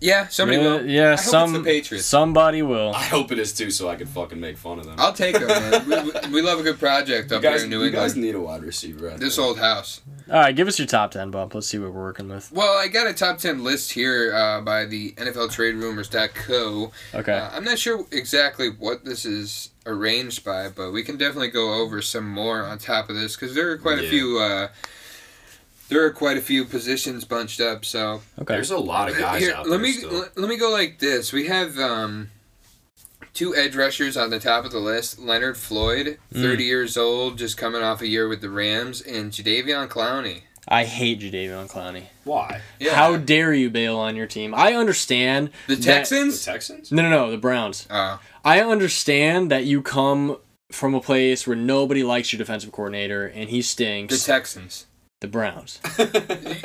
S1: Yeah, somebody
S2: yeah,
S1: will.
S2: yeah,
S1: I hope it's
S2: some
S1: the Patriots.
S2: somebody will.
S3: I hope it is too, so I can fucking make fun of them.
S1: I'll take them. Man. we, we-
S3: [laughs]
S1: we love a good project
S3: you
S1: up
S3: guys,
S1: here in New
S3: you guys
S1: England.
S3: need a wide receiver. I
S1: This
S3: think.
S1: old house.
S2: All right, give us your top ten, Bob. Let's see what we're working with.
S1: Well, I got a top ten list here uh, by the NFLTradeRumors.co.
S2: Okay,
S1: Uh, I'm not sure exactly what this is arranged by, but we can definitely go over some more on top of this because there are quite a
S3: Yeah.
S1: few. Uh, there are quite a few positions bunched up. So
S2: okay.
S3: There's a lot of guys
S1: Here,
S3: out
S1: let
S3: there.
S1: me
S3: still.
S1: let- let me go like this. We have um, two edge rushers on the top of the list: Leonard Floyd,
S2: Hmm.
S1: thirty years old, just coming off a year with the Rams, and Jadavion Clowney.
S2: I hate Jadavion Clowney.
S3: Why?
S1: Yeah,
S2: How dare you bail on your team? I understand
S1: the
S2: that-
S3: The
S1: Texans?
S3: Texans?
S2: No, no, no, the Browns.
S1: Oh,
S2: I understand that you come from a place where nobody likes your defensive coordinator and he
S1: the
S2: stinks. The,
S1: Texans.
S2: Browns.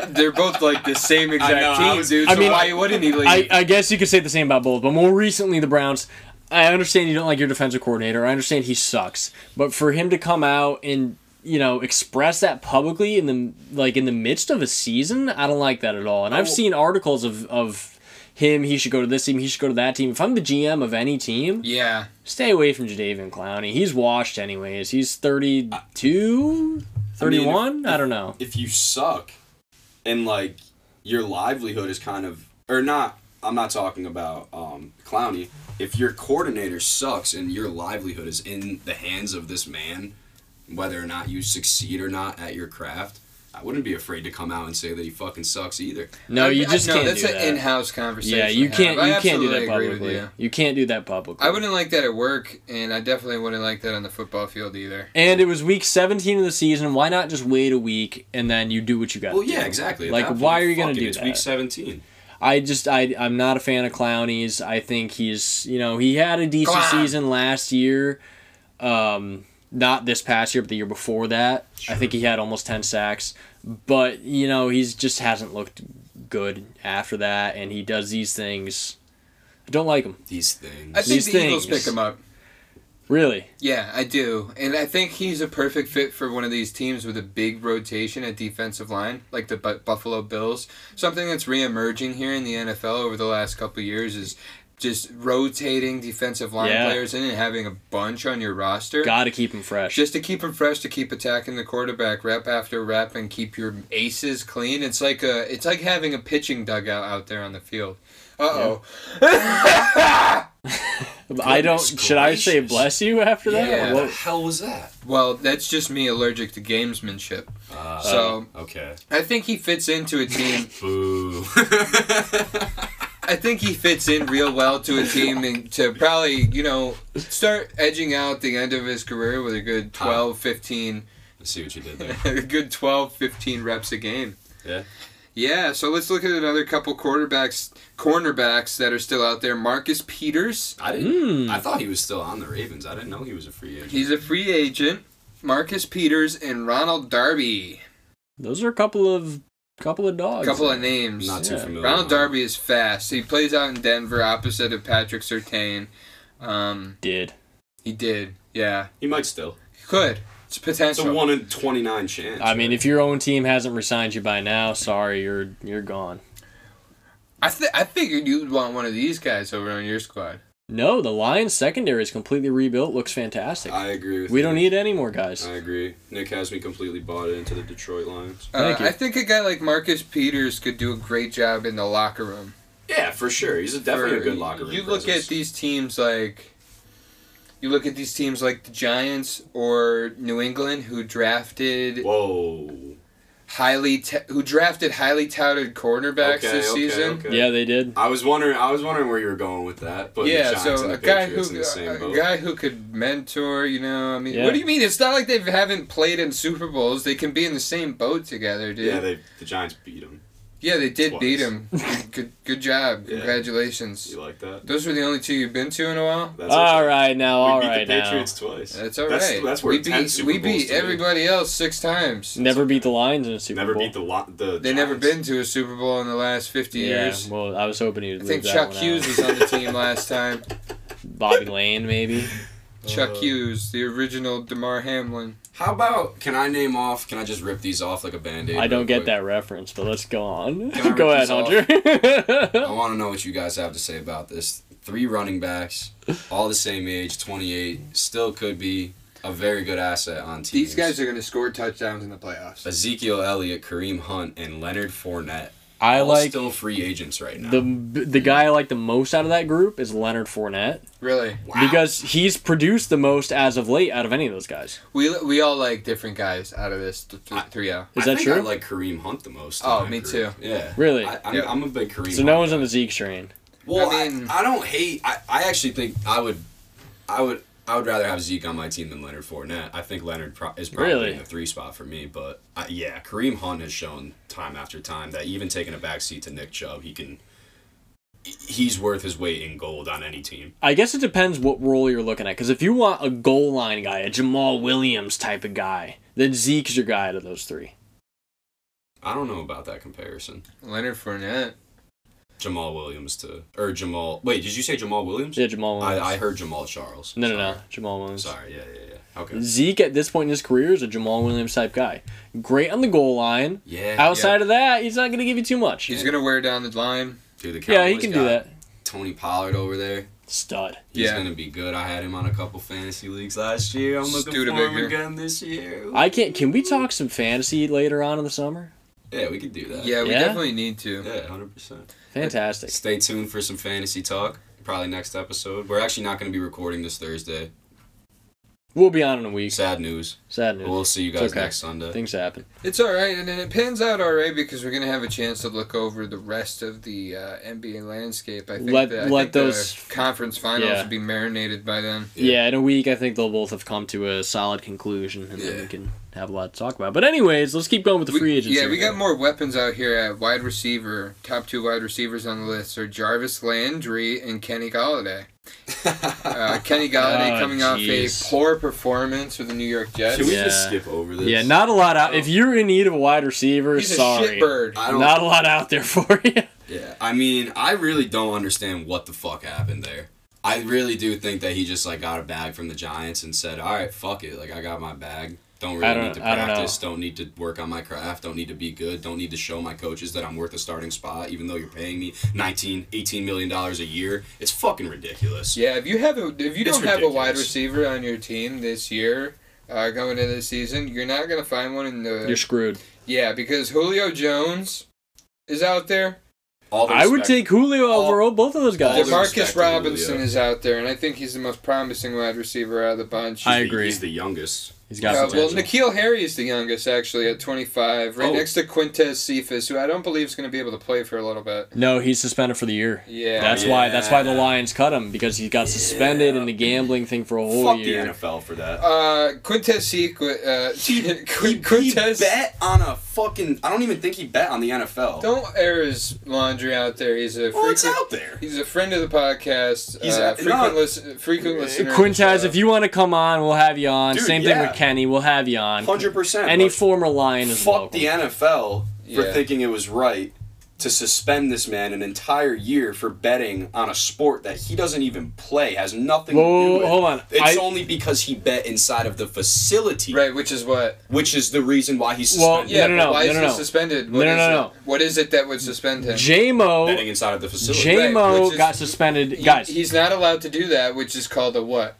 S1: They're both like the same exact
S3: know, I
S1: team,
S3: was-
S1: dude.
S2: I
S1: so
S2: mean,
S1: why wouldn't he leave?
S2: I, I guess you could say the same about both, but more recently the Browns. I understand you don't like your defensive coordinator. I understand he sucks, but for him to come out and you know express that publicly in the like in the midst of a season, I don't like that at all. And I've
S1: Oh.
S2: seen articles of of him. He should go to this team. He should go to that team. If I'm the GM of any team,
S1: yeah,
S2: stay away from Jadavion Clowney. He's washed anyways. He's 32, 31. I, don't know.
S3: if you suck and like your livelihood is kind of or not I'm not talking about um Clowney. If your coordinator sucks and your livelihood is in the hands of this man, whether or not you succeed or not at your craft, I wouldn't be afraid to come out and say that he fucking sucks either.
S2: No,
S1: I-
S2: you
S1: I-
S2: just
S1: no,
S2: can't
S1: that's
S2: do
S1: an
S2: that.
S1: in-house conversation.
S2: yeah, you
S1: to
S2: can't.
S1: have. I
S2: You can't do
S1: absolutely
S2: that
S1: agree with
S2: publicly.
S1: you.
S2: You can't do that publicly.
S1: I wouldn't like that at work, and I definitely wouldn't like that on the football field either.
S2: And it was week 17 of the season. Why not just wait a week and then you do what you got?
S3: Well, yeah, exactly. At
S2: Like,
S3: that
S2: why
S3: point,
S2: are you gonna
S3: fuck it,
S2: do
S3: it's
S2: that?
S3: Week 17.
S2: I just I I'm not a fan of Clowney's. I think he's you know he had a decent
S1: Clown.
S2: season last year. Um, not this past year, but the year before that. I think he had almost 10 sacks. But, you know, he's just hasn't looked good after that, and he does these things. I don't like him,
S3: These things.
S1: I think
S2: These
S1: the Eagles
S2: things.
S1: pick him up.
S2: really.
S1: Yeah, I do. And I think he's a perfect fit for one of these teams with a big rotation at defensive line, like the Bu- Buffalo Bills. Something that's reemerging here in the NFL over the last couple of years is just rotating defensive line
S2: Yeah.
S1: players in and having a bunch on your roster.
S2: Got to keep him fresh.
S1: just to keep them fresh, to keep attacking the quarterback rep after rep, and keep your aces clean. It's like a, it's like having a pitching dugout out there on the field. Uh oh.
S2: I don't.
S3: Goodness
S2: Should I say
S3: gracious.
S2: bless you after that?
S1: Yeah.
S3: What
S2: What-
S3: the hell was that?
S1: Well, that's just me allergic to gamesmanship.
S3: Uh,
S1: so
S3: okay.
S1: I think he fits into a team.
S3: Boo. [laughs]
S1: I think he fits in real well to a team and to probably, you know, start edging out the end of his career with a good 12, 15,
S3: I see what you did
S1: [laughs]
S3: there.
S1: a good 12, 15 reps a game.
S3: Yeah.
S1: Yeah, so let's look at another couple quarterbacks, cornerbacks that are still out there. Marcus Peters,
S3: I didn't.
S2: Hmm.
S3: I thought he was still on the Ravens. I didn't know he was a free agent.
S1: he's a free agent. Marcus Peters and Ronald Darby.
S2: Those are a couple of couple of
S1: A
S2: dogs.
S1: couple of names.
S3: not too
S2: Yeah.
S3: familiar.
S1: Ronald
S3: huh?
S1: Darby is fast. He plays out in Denver opposite of Patrick Sertain. Um,
S2: did.
S1: he did. Yeah.
S3: He might still.
S1: He could. It's
S3: It's
S1: potential.
S3: a one in twenty nine chance.
S2: I mean, if your own team hasn't resigned you by now, sorry, you're you're gone.
S1: I th- I figured you'd want one of these guys over on your squad.
S2: No, the Lions secondary is completely rebuilt. Looks fantastic.
S3: I agree with.
S2: we
S3: you.
S2: don't need any more guys.
S3: I agree. Nick has me completely bought into the Detroit Lions.
S1: Uh,
S2: Thank you.
S1: I think a guy like Marcus Peters could do a great job in the locker room.
S3: Yeah, for sure. He's a definitely
S1: For-
S3: a good locker room.
S1: You look
S3: presence.
S1: at these teams like you look at these teams like the Giants or New England who drafted
S3: Whoa.
S1: highly t- who drafted highly touted cornerbacks
S3: Okay,
S1: this
S3: okay,
S1: season.
S3: okay.
S2: Yeah, they did.
S3: I was wondering. I was wondering where you were going with that. But
S1: Yeah,
S3: the Giants
S1: so
S3: and the
S1: a guy
S3: Patriots
S1: who
S3: in the same
S1: a
S3: boat.
S1: guy who could mentor, you know, I mean,
S2: Yeah.
S1: what do you mean? It's not like they haven't played in Super Bowls. They can be in the same boat together, dude.
S3: yeah, they, the Giants beat him.
S1: Yeah, they did
S3: Twice.
S1: beat
S2: [laughs]
S1: him. good, good job.
S3: Yeah.
S1: Congratulations.
S3: You like that?
S1: Those were the only two you've been to in a while.
S3: That's
S2: All right now, all right
S3: the
S2: now.
S3: Patriots twice.
S1: That's all right.
S3: that's, That's where
S1: we
S3: 10
S1: beat
S3: Super
S1: we
S3: Bowls
S1: beat
S3: to me.
S1: everybody else six times.
S2: Never beat the Lions in a Super
S3: Never
S2: Bowl.
S3: beat the lot. The
S1: They never
S3: Giants.
S1: been to a Super Bowl in the last fifty
S2: yeah,
S1: years.
S2: well, I was hoping you'd
S1: I
S2: leave
S1: think
S2: that
S1: Chuck
S2: one
S1: Hughes
S2: out.
S1: was on the team last
S3: [laughs]
S1: time.
S2: Bobby Lane, maybe.
S1: Chuck
S3: Uh,
S1: Hughes, the original Damar Hamlin.
S3: How about? Can I name off? Can I just rip these off like a band aid?
S2: I don't get that reference, but let's go on.
S3: Can
S2: [laughs]
S3: I
S2: Go ahead,
S3: rip
S2: Hunter. [laughs]
S3: I want to know what you guys have to say about this. Three
S2: [laughs]
S3: running backs, all the same age, 28, still could be a very good asset on teams.
S1: These guys are going to score touchdowns in the playoffs.
S3: Ezekiel Elliott, Kareem Hunt, and Leonard Fournette.
S2: I
S3: All
S2: like
S3: still free agents right now.
S2: the the guy I like the most out of that group is Leonard Fournette
S1: Really,
S3: Wow.
S2: because he's produced the most as of late out of any of those guys.
S1: we we all like different guys out of this th- th-
S3: I-
S1: trio.
S2: Is
S3: I
S2: that
S3: think
S2: true?
S3: I like Kareem Hunt the most. in
S1: Oh,
S3: that
S1: me
S3: group.
S1: too.
S3: Yeah.
S2: Really?
S3: I, I'm,
S1: Yeah.
S3: I'm a big Kareem.
S2: so no
S3: Hunt
S2: one's
S3: guy.
S2: on the Zeke train.
S3: Well,
S1: I
S3: I,
S1: mean-
S3: I, don't hate. I, I actually think I would, I would, I would rather have Zeke on my team than Leonard Fournette. I think Leonard pro- is probably
S2: Really?
S3: in the three spot for me. But I, yeah, Kareem Hunt has shown time after time that even taking a backseat to Nick Chubb, he can. he- He's worth his weight in gold on any team.
S2: I guess it depends what role you're looking at. Because if you want a goal line guy, a Jamal Williams type of guy, then Zeke's your guy out of those three.
S3: I don't know about that comparison.
S1: Leonard Fournette.
S3: Jamal Williams to or Jamal. Wait, did you say Jamal Williams?
S2: Yeah, Jamal
S3: I,
S2: Williams.
S3: I heard Jamal Charles.
S2: no, no,
S3: Sorry.
S2: no, Jamal Williams.
S3: Sorry. Yeah, yeah, yeah. Okay.
S2: Zeke at this point in his career is a Jamal Williams type guy. Great on the goal line.
S3: Yeah.
S2: Outside of that, he's not going to give you too much.
S1: He's going to wear down the line.
S3: Dude, the
S2: yeah, he
S3: Cowboys
S2: can
S3: got
S2: do that.
S3: Tony Pollard over there.
S2: Stud.
S3: He's
S1: Yeah.
S3: gonna be good. I had him on a couple fantasy leagues last year. I'm looking for him
S1: Studebaker.
S3: again this year.
S2: I can't. Can we talk some fantasy later on in the summer?
S3: yeah, we could do that.
S1: Yeah, we
S2: Yeah?
S1: definitely need to.
S3: yeah, hundred percent.
S2: Fantastic.
S3: Stay tuned for some fantasy talk. Probably next episode. We're actually not gonna be recording this Thursday.
S2: We'll be on in a week.
S3: Sad news.
S2: Sad
S3: But
S2: news.
S3: We'll see you
S2: It's
S3: guys
S2: okay.
S3: next Sunday.
S2: Things happen.
S1: It's all right, and then it pans out all right because we're gonna have a chance to look over the rest of the uh, NBA landscape. I think
S2: Let-
S1: the, I
S2: let
S1: think the
S2: those-
S1: conference finals
S2: yeah.
S1: will be marinated by then.
S3: Yeah.
S2: Yeah. in a week, I think they'll both have come to a solid conclusion, and then
S3: Yeah.
S2: we can have a lot to talk about. But anyways, let's keep going with the
S1: We-
S2: free agency.
S1: yeah, we got more weapons out here at wide receiver. Top two wide receivers on the list are Jarvis Landry and Kenny Galladay.
S2: [laughs]
S3: [laughs]
S1: Uh, Kenny Galladay
S2: Oh,
S1: coming off a
S2: jeez.
S1: poor performance with the New York Jets.
S3: Can we
S2: Yeah.
S3: just skip over this? Oh.
S2: Yeah, not a lot out. If you're in need of a wide receiver,
S1: He's
S2: sorry.
S1: a shitbird.
S3: I don't.
S2: Not a lot out there [laughs] for you.
S3: Yeah, I mean, I really don't understand what the fuck happened there. I really do think that he just like got a bag from the Giants and said, "All right, fuck it. Like I got my bag. Don't really
S2: I don't-
S3: need to
S2: I don't know.
S3: practice. Don't, need to work on my craft. Don't need to be good. Don't need to show my coaches that I'm worth a starting spot, even though you're paying me 19, 18 million dollars a year. It's fucking ridiculous.
S1: Yeah, if you have a, if you
S3: It's
S1: don't have a wide
S3: ridiculous.
S1: receiver on your team this year, uh, going into the season, you're not gonna find one in the
S2: You're screwed.
S1: yeah because Julio Jones is out there,
S3: All the
S2: I would
S3: respect-
S2: take Julio
S3: All-
S2: over all both of those
S3: All
S2: guys.
S3: the respect
S1: Demarcus
S3: to Julio.
S1: Robinson is out there, and I think he's the most promising wide receiver out of the bunch.
S2: I
S3: He's the-
S2: agree.
S3: He's the youngest.
S2: He's
S1: Uh,
S2: got
S1: well,
S2: potential.
S1: Nikhil Harry is the youngest, actually, at 25, right
S3: Oh.
S1: next to Quintez Cephas, who I don't believe is going to be able to play for a little bit.
S2: no, he's suspended for the year.
S1: Yeah.
S2: That's
S3: yeah.
S2: why. That's why the Lions cut him because he got suspended
S3: Yeah.
S2: in the gambling thing for a whole
S3: Fuck
S2: year.
S3: the NFL for that.
S1: Uh, Quintez Cephas. Uh, [laughs]
S3: he,
S1: Qu-
S3: he
S1: Quintez.
S3: bet on a fucking. I don't even think he bet on the NFL.
S1: Don't air his laundry out there. He's a
S3: well, it's
S1: frequent-
S3: out there.
S1: He's a friend of the podcast.
S3: He's
S1: uh,
S3: a-
S1: frequent,
S3: not-
S1: lis- frequent listener. of the
S2: Quintez,
S1: show.
S2: if you want to come on, we'll have you on.
S3: Dude,
S2: Same
S3: yeah.
S2: thing with Kenny, we'll have you on.
S3: Hundred percent.
S2: Any former Lion is
S3: fuck
S2: welcome.
S3: the NFL for
S1: Yeah.
S3: thinking it was right to suspend this man an entire year for betting on a sport that he doesn't even play has nothing
S2: Whoa,
S3: to do
S2: whoa,
S3: with.
S2: hold on.
S3: It's
S2: I-
S3: only because he bet inside of the facility,
S1: Right, which is what.
S3: which is the reason why he's
S2: Well,
S3: suspended.
S1: Yeah,
S2: no, no,
S1: but
S2: no,
S1: why
S2: no,
S1: is
S2: no,
S1: he
S2: no.
S1: suspended?
S2: No,
S1: What
S2: no,
S1: is
S2: no,
S1: it?
S2: no.
S1: What is it that would suspend him?
S2: J-Mo,
S3: betting inside of the facility.
S1: Right,
S2: J-Mo
S1: which is-
S2: got suspended.
S1: He-
S2: Guys,
S1: he's not allowed to do that, which is called a what?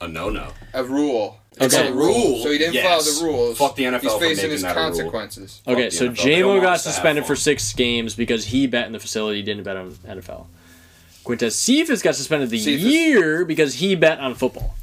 S3: a no-no.
S1: A rule.
S2: It's
S1: called
S2: a
S3: rule,
S1: So he didn't
S3: yes.
S1: follow the rules.
S3: Fuck the NFL
S1: He's
S3: for
S1: facing
S3: making
S1: his
S3: that a rule.
S1: consequences.
S2: Okay,
S3: the
S2: so
S3: NFL. They
S2: J
S3: don't
S2: Mo
S3: want
S2: got
S3: us to have
S2: suspended for
S3: fun.
S2: six games because he bet in the facility, he didn't bet on NFL. Quintez Cephas got suspended the
S1: Cephas.
S2: year because he bet on football.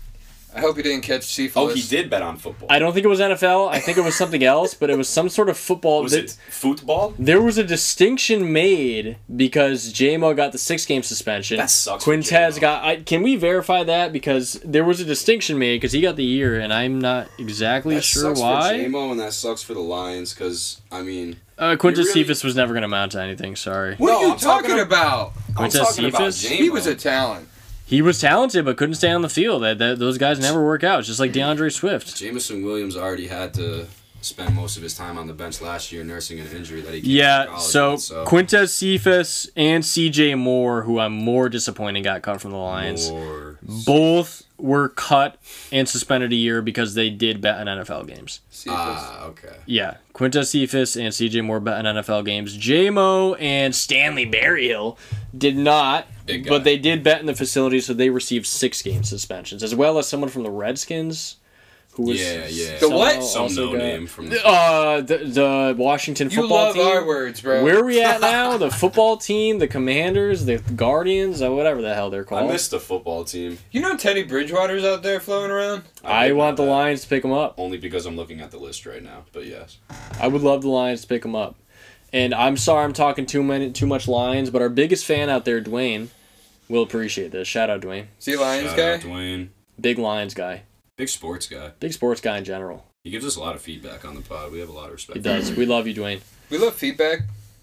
S1: I hope he didn't catch
S3: Oh,
S1: syphilis.
S3: he did bet on football.
S2: I don't think it was NFL. I think it was something [laughs] else, but it was some sort of football.
S3: was
S2: Th-
S3: it football?
S2: There was a distinction made because J Mo got the six game suspension.
S3: That sucks for
S2: Quintez
S3: J-Mo.
S2: got. I, can we verify that? Because there was a distinction made because he got the year, and I'm not exactly
S3: That
S2: sure
S3: sucks for
S2: why.
S3: J-Mo and that sucks for the Lions because I mean,
S2: Uh, Quintez
S3: really-
S2: Cephas was never going to amount to anything, sorry.
S1: What are
S3: No,
S1: you
S3: I'm
S1: talking,
S3: talking ab-
S1: about?
S3: I'm
S2: Wait, does
S3: talking about
S2: Cephas?
S3: J-Mo.
S1: He was a talent.
S2: He was talented, but couldn't stay on the field. That, that those guys never work out. It's just like DeAndre Swift.
S3: Jamison Williams already had to spend most of his time on the bench last year nursing an injury that he came from
S2: Yeah.
S3: college
S2: So,
S3: with,
S2: Quintez Cephas and C.J. Moore, who I'm more disappointed got cut from the Lions,
S3: Or-
S2: both were cut and suspended a year because they did bet on NFL games.
S1: Cephas.
S3: ah, okay.
S2: Yeah, Quintez Cephas and C.J. Moore bet on NFL games. J.Mo and Stanley Berryhill did not,
S3: Big guy.
S2: but they did bet in the facility, so they received six game suspensions, as well as someone from the Redskins. Who was
S3: Yeah, yeah.
S1: The what?
S2: somehow
S3: Some
S2: also
S3: no
S2: got-
S3: name from
S2: uh the, the Washington
S1: you
S2: football
S1: love
S2: team.
S1: our words, bro.
S2: Where are
S1: [laughs]
S2: we at now? The football team, the Commanders, the Guardians, or whatever the hell they're
S3: I
S2: called. I,
S3: missed the football team.
S1: you know Teddy Bridgewater's out there floating around?
S3: didn't
S2: want
S3: know
S2: the
S3: that.
S2: Lions to pick them up.
S3: only because I'm looking at the list right now. But yes,
S2: I would love the Lions to pick them up. And I'm sorry I'm talking too many too much Lions, but our biggest fan out there, Dwayne, will appreciate this. Shout out Dwayne.
S1: See Lions
S3: Shout out
S1: guy?
S3: Dwayne,
S2: Big Lions guy.
S3: big sports guy.
S2: Big sports guy in general.
S3: He gives us a lot of feedback on the pod. We have a lot of respect.
S2: He does. We love you, Dwayne.
S1: We love feedback.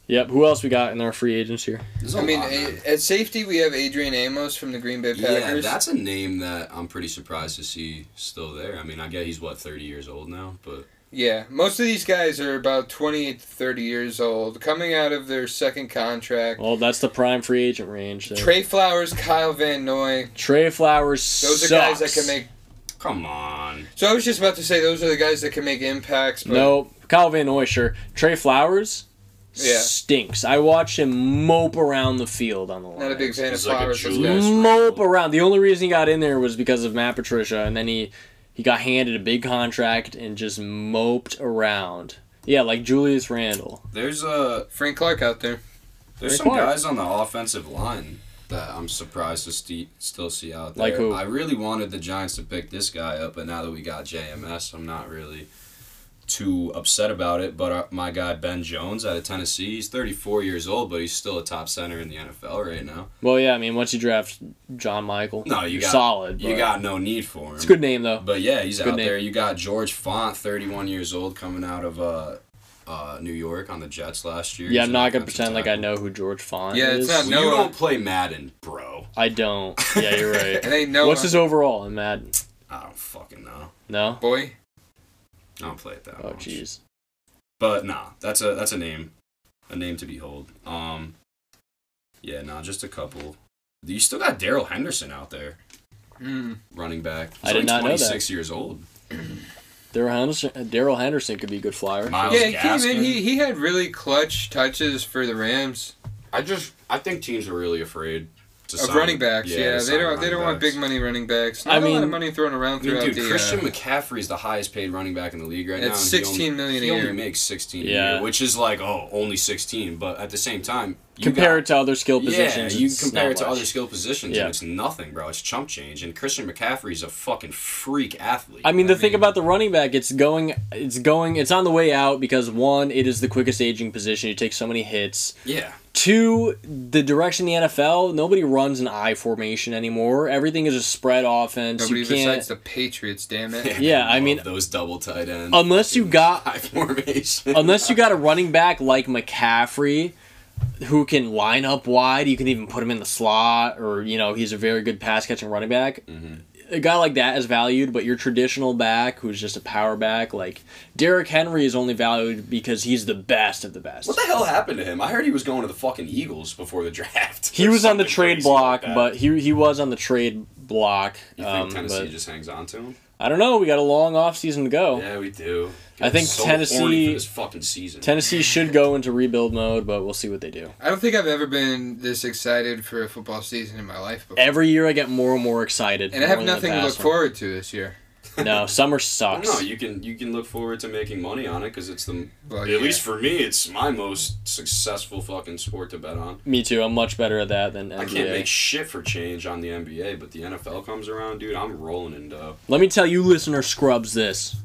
S2: Yep, who else we got in our free agents here?
S3: There's a
S1: I mean,
S3: lot, man.
S1: a, at safety, we have Adrian Amos from the Green Bay
S3: yeah,
S1: Packers.
S3: that's a name that I'm pretty surprised to see still there. I mean, I get he's what 30 years old now, but
S1: Yeah, most of these guys are about 20 to 30 years old, coming out of their second contract.
S2: Well, that's the prime free agent range. there.
S1: Trey Flowers, Kyle Van Noy,
S2: Trey Flowers.
S1: those are guys
S2: sucks.
S1: that can make.
S3: come on,
S1: So I was just about to say those are the guys that can make impacts. But
S2: No, Kyle Van Noy, sure. Trey Flowers
S1: Yeah.
S2: stinks. I watch him mope around the field on the line.
S1: not a big fan of
S3: He's like a
S1: Flowers.
S3: Julius.
S1: Let's go.
S2: Mope around. The only reason he got in there was because of Matt Patricia, and then he he got handed a big contract and just moped around. Yeah, like Julius Randle.
S3: there's a
S1: Frank Clark out there.
S3: There's
S2: Ray
S3: some
S2: Clark.
S3: guys on the offensive line that I'm surprised to sti- still see out there.
S2: Like who?
S3: I really wanted the Giants to pick this guy up, but now that we got JMS, I'm not really too upset about it. But our, my guy Ben Jones out of Tennessee, he's 34 years old, but he's still a top center in the NFL right now.
S2: Well, yeah, I mean, once you draft John Michael,
S3: No, you
S2: you're
S3: got
S2: solid.
S3: You
S2: but-
S3: got no need for him.
S2: It's a good name though.
S3: But yeah, he's
S2: Good
S3: out
S2: name.
S3: there. You got George Font, 31 years old, coming out of uh, uh, New York on the Jets last year.
S2: yeah,
S3: He's
S2: I'm
S3: an
S2: not gonna
S3: offensive
S2: pretend like I
S3: tackle.
S2: know who George Font
S1: Yeah, it's
S2: is.
S1: not-
S3: Well,
S1: Noah.
S3: you don't play Madden, bro.
S2: I don't. Yeah, you're
S3: [laughs]
S2: right.
S1: And they know
S2: What's his overall in Madden?
S3: I don't fucking know.
S2: No.
S1: boy.
S3: I don't play it that
S2: Oh
S3: much.
S2: jeez.
S3: But nah, that's a that's a name, a name to behold. Um, yeah, nah, just a couple. You still got Daryl Henderson out there,
S1: Mm.
S3: running back. He's
S2: I did
S3: only
S2: not know that.
S3: 26 years old.
S2: Daryl Henderson, uh, Daryl Henderson could be a good flyer.
S3: Miles
S1: Yeah, he
S3: Gaskin.
S1: came in. He he had really clutch touches for the Rams.
S3: I just I think teams are really afraid to
S1: of
S3: sign-
S1: running backs.
S3: to
S1: Yeah, they
S3: sign
S1: don't they
S3: running
S1: don't want
S3: backs.
S1: big money running backs.
S2: I
S1: Not a lot
S2: mean-
S1: of money thrown around
S3: I mean,
S1: throughout
S3: dude,
S1: the.
S3: Christian
S1: uh,
S3: McCaffrey is the highest paid running back in the league right
S1: At
S3: now. and he
S1: 16
S3: only-
S1: million a
S3: he
S1: year.
S3: only makes 16 a
S2: Yeah.
S3: year, which is like, oh, only 16. But at the same time, you
S2: Compare
S3: got-
S2: it to other skill positions.
S3: Yeah, you
S2: it's
S3: compare
S2: not
S3: it to
S2: much.
S3: other skill positions,
S2: Yeah.
S3: and it's nothing, bro. It's chump change. And Christian McCaffrey's a fucking freak athlete.
S2: I mean, the
S1: I
S2: thing
S1: mean-
S2: about the running back, it's going, it's going, it's on the way out because one, it is the quickest aging position. You take so many hits.
S3: yeah,
S2: Two, the direction of the NFL, nobody runs an I formation anymore. Everything is a spread offense.
S1: Nobody
S2: you can't,
S1: besides the Patriots, damn it.
S3: [laughs]
S2: Yeah, I
S3: Love
S2: mean-
S3: those double tight ends.
S2: unless you got,
S3: high formation.
S2: unless you got a running back like McCaffrey, who can line up wide. You can even put him in the slot, or you know, he's a very good pass catching running back.
S3: Mm-hmm.
S2: A guy like that is valued, but your traditional back, who's just a power back, like Derrick Henry, is only valued because he's the best of the best.
S3: [laughs] What the hell happened to him? I heard he was going to the fucking Eagles before the draft.
S2: he
S3: or
S2: was on the
S3: something
S2: trade
S3: crazy
S2: block,
S3: like that.
S2: but he he was on the trade block.
S3: you think
S2: um,
S3: Tennessee
S2: but-
S3: just hangs on to him?
S2: I don't know. We got a long offseason to go.
S3: Yeah, we do.
S2: I think
S3: so
S2: Tennessee-
S3: horny for this fucking season.
S2: Tennessee should go into rebuild mode, but we'll see what they do.
S1: I don't think I've ever been this excited for a football season in my life before.
S2: Every year I get more and more excited.
S1: and I have
S2: more than the
S1: nothing to look
S2: past one.
S1: forward to this year.
S2: No, summer
S3: [laughs] I
S2: sucks.
S3: don't know. You can you can look forward to making money on it because it's the
S1: Well,
S3: at
S1: yeah.
S3: least for me it's my most successful fucking sport to bet on.
S2: Me too. I'm much better at that than NBA.
S3: I can't make shit for change on the NBA, but the NFL comes around, dude. I'm rolling in dough.
S2: Let me tell you, listener scrubs, this.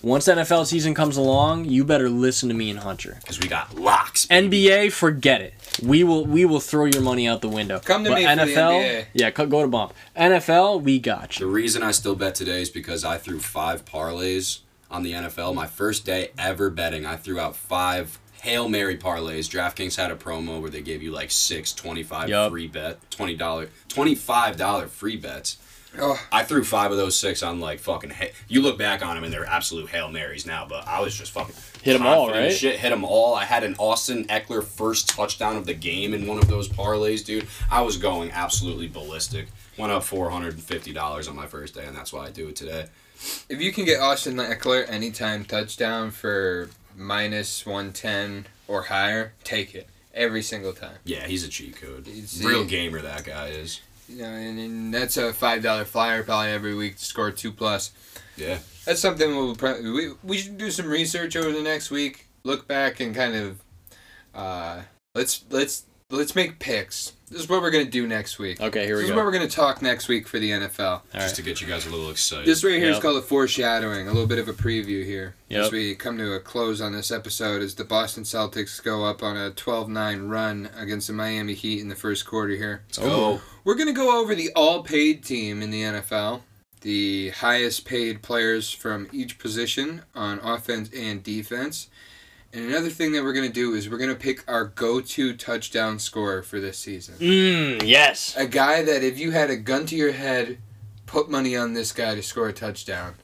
S2: Once NFL season comes along, you better listen to me and Hunter.
S3: Cause we got locks.
S2: NBA, forget it. We will we will throw your money out the window.
S1: Come to me for the NBA.
S2: Yeah, co- go to bomb. NFL, we got
S3: the
S2: you.
S3: reason I still bet today is because I threw five parlays on the NFL. My first day ever betting, I threw out five Hail Mary parlays. DraftKings had a promo where they gave you like six 25
S2: Yup.
S3: free bet, twenty dollar, twenty five dollar free bets.
S1: Oh,
S3: I threw five of those six on like fucking. Ha- you look back on them and they're absolute hail marys now, but I was just fucking
S2: Hit 'em all,
S3: confident as
S2: right?
S3: Shit, hit them all. I had an Austin Eckler first touchdown of the game in one of those parlays, dude. I was going absolutely ballistic. Went up four hundred and fifty dollars on my first day, and that's why I do it today.
S1: if you can get Austin Eckler anytime touchdown for minus one ten or higher, take it every single time.
S3: Yeah, he's a cheat code.
S1: He's-
S3: Real
S1: he-
S3: gamer, that guy is.
S1: You know, and, and that's a five dollar flyer probably every week to score two plus.
S3: Yeah,
S1: That's something we'll pro- we we should do some research over the next week. Look back and kind of uh, let's let's let's make picks. This is what we're gonna do next week.
S2: Okay, here
S1: This
S2: we
S1: is
S2: go.
S1: what we're gonna talk next week for the NFL.
S2: All
S3: just
S2: right.
S3: to get you guys a little excited.
S1: This right here is
S2: Yep.
S1: called a foreshadowing, a little bit of a preview here. As
S2: Yep.
S1: we come to a close on this episode, as the Boston Celtics go up on a 12 9 run against the Miami Heat in the first quarter here.
S3: Let's
S2: Oh.
S3: go.
S1: We're going to go over the all paid team in the NFL, the highest paid players from each position on offense and defense. And another thing that we're going to do is we're going to pick our go to touchdown scorer for this season.
S2: Mm, yes.
S1: A guy that if you had a gun to your head, put money on this guy to score a touchdown.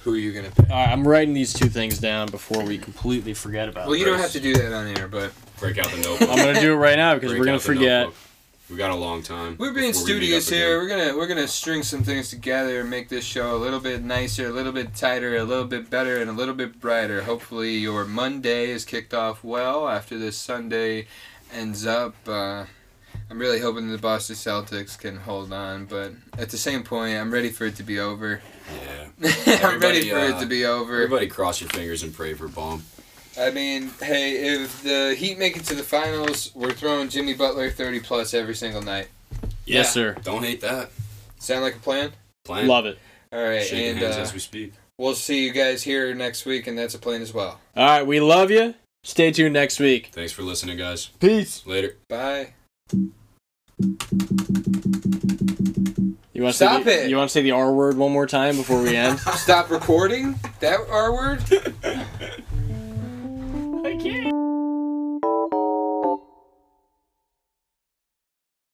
S1: Who are you gonna pick?
S2: All right, I'm writing these two things down before we completely forget about.
S1: Well, you don't
S3: Oh, Chris.
S1: have to do that on air, but
S3: Break out the
S2: them. I'm
S3: notebook.
S2: gonna do it right now because
S3: Break
S2: we're gonna
S3: out the
S2: forget.
S3: notebook. We got a long time.
S1: we're being
S3: before we meet
S1: studious
S3: up again.
S1: here. We're gonna we're gonna string some things together, and make this show a little bit nicer, a little bit tighter, a little bit better, and a little bit brighter. Hopefully, your Monday is kicked off well after this Sunday ends up. Uh, I'm really hoping the Boston Celtics can hold on, but at the same point, I'm ready for it to be over. [laughs]
S3: Yeah.
S1: I'm ready
S3: Everybody,
S1: for
S3: uh,
S1: it to be over.
S3: Everybody cross your fingers and pray for bomb.
S1: I mean, hey, if the Heat make it to the finals, we're throwing Jimmy Butler 30 plus every single night.
S2: Yes, sir.
S3: Don't hate that.
S1: Sound like a plan?
S3: Plan.
S2: Love it.
S1: All right,
S3: Shaking
S1: and
S3: hands
S1: uh,
S3: as we speak.
S1: we'll see you guys here next week, and that's a plan as well.
S2: All right, we love you. Stay tuned next week.
S3: Thanks for listening, guys.
S2: Peace.
S3: Later.
S1: Bye.
S2: You want to
S1: Stop
S2: say the,
S1: it.
S2: You want to say the R word one more time before we end?
S1: Stop recording? That R word?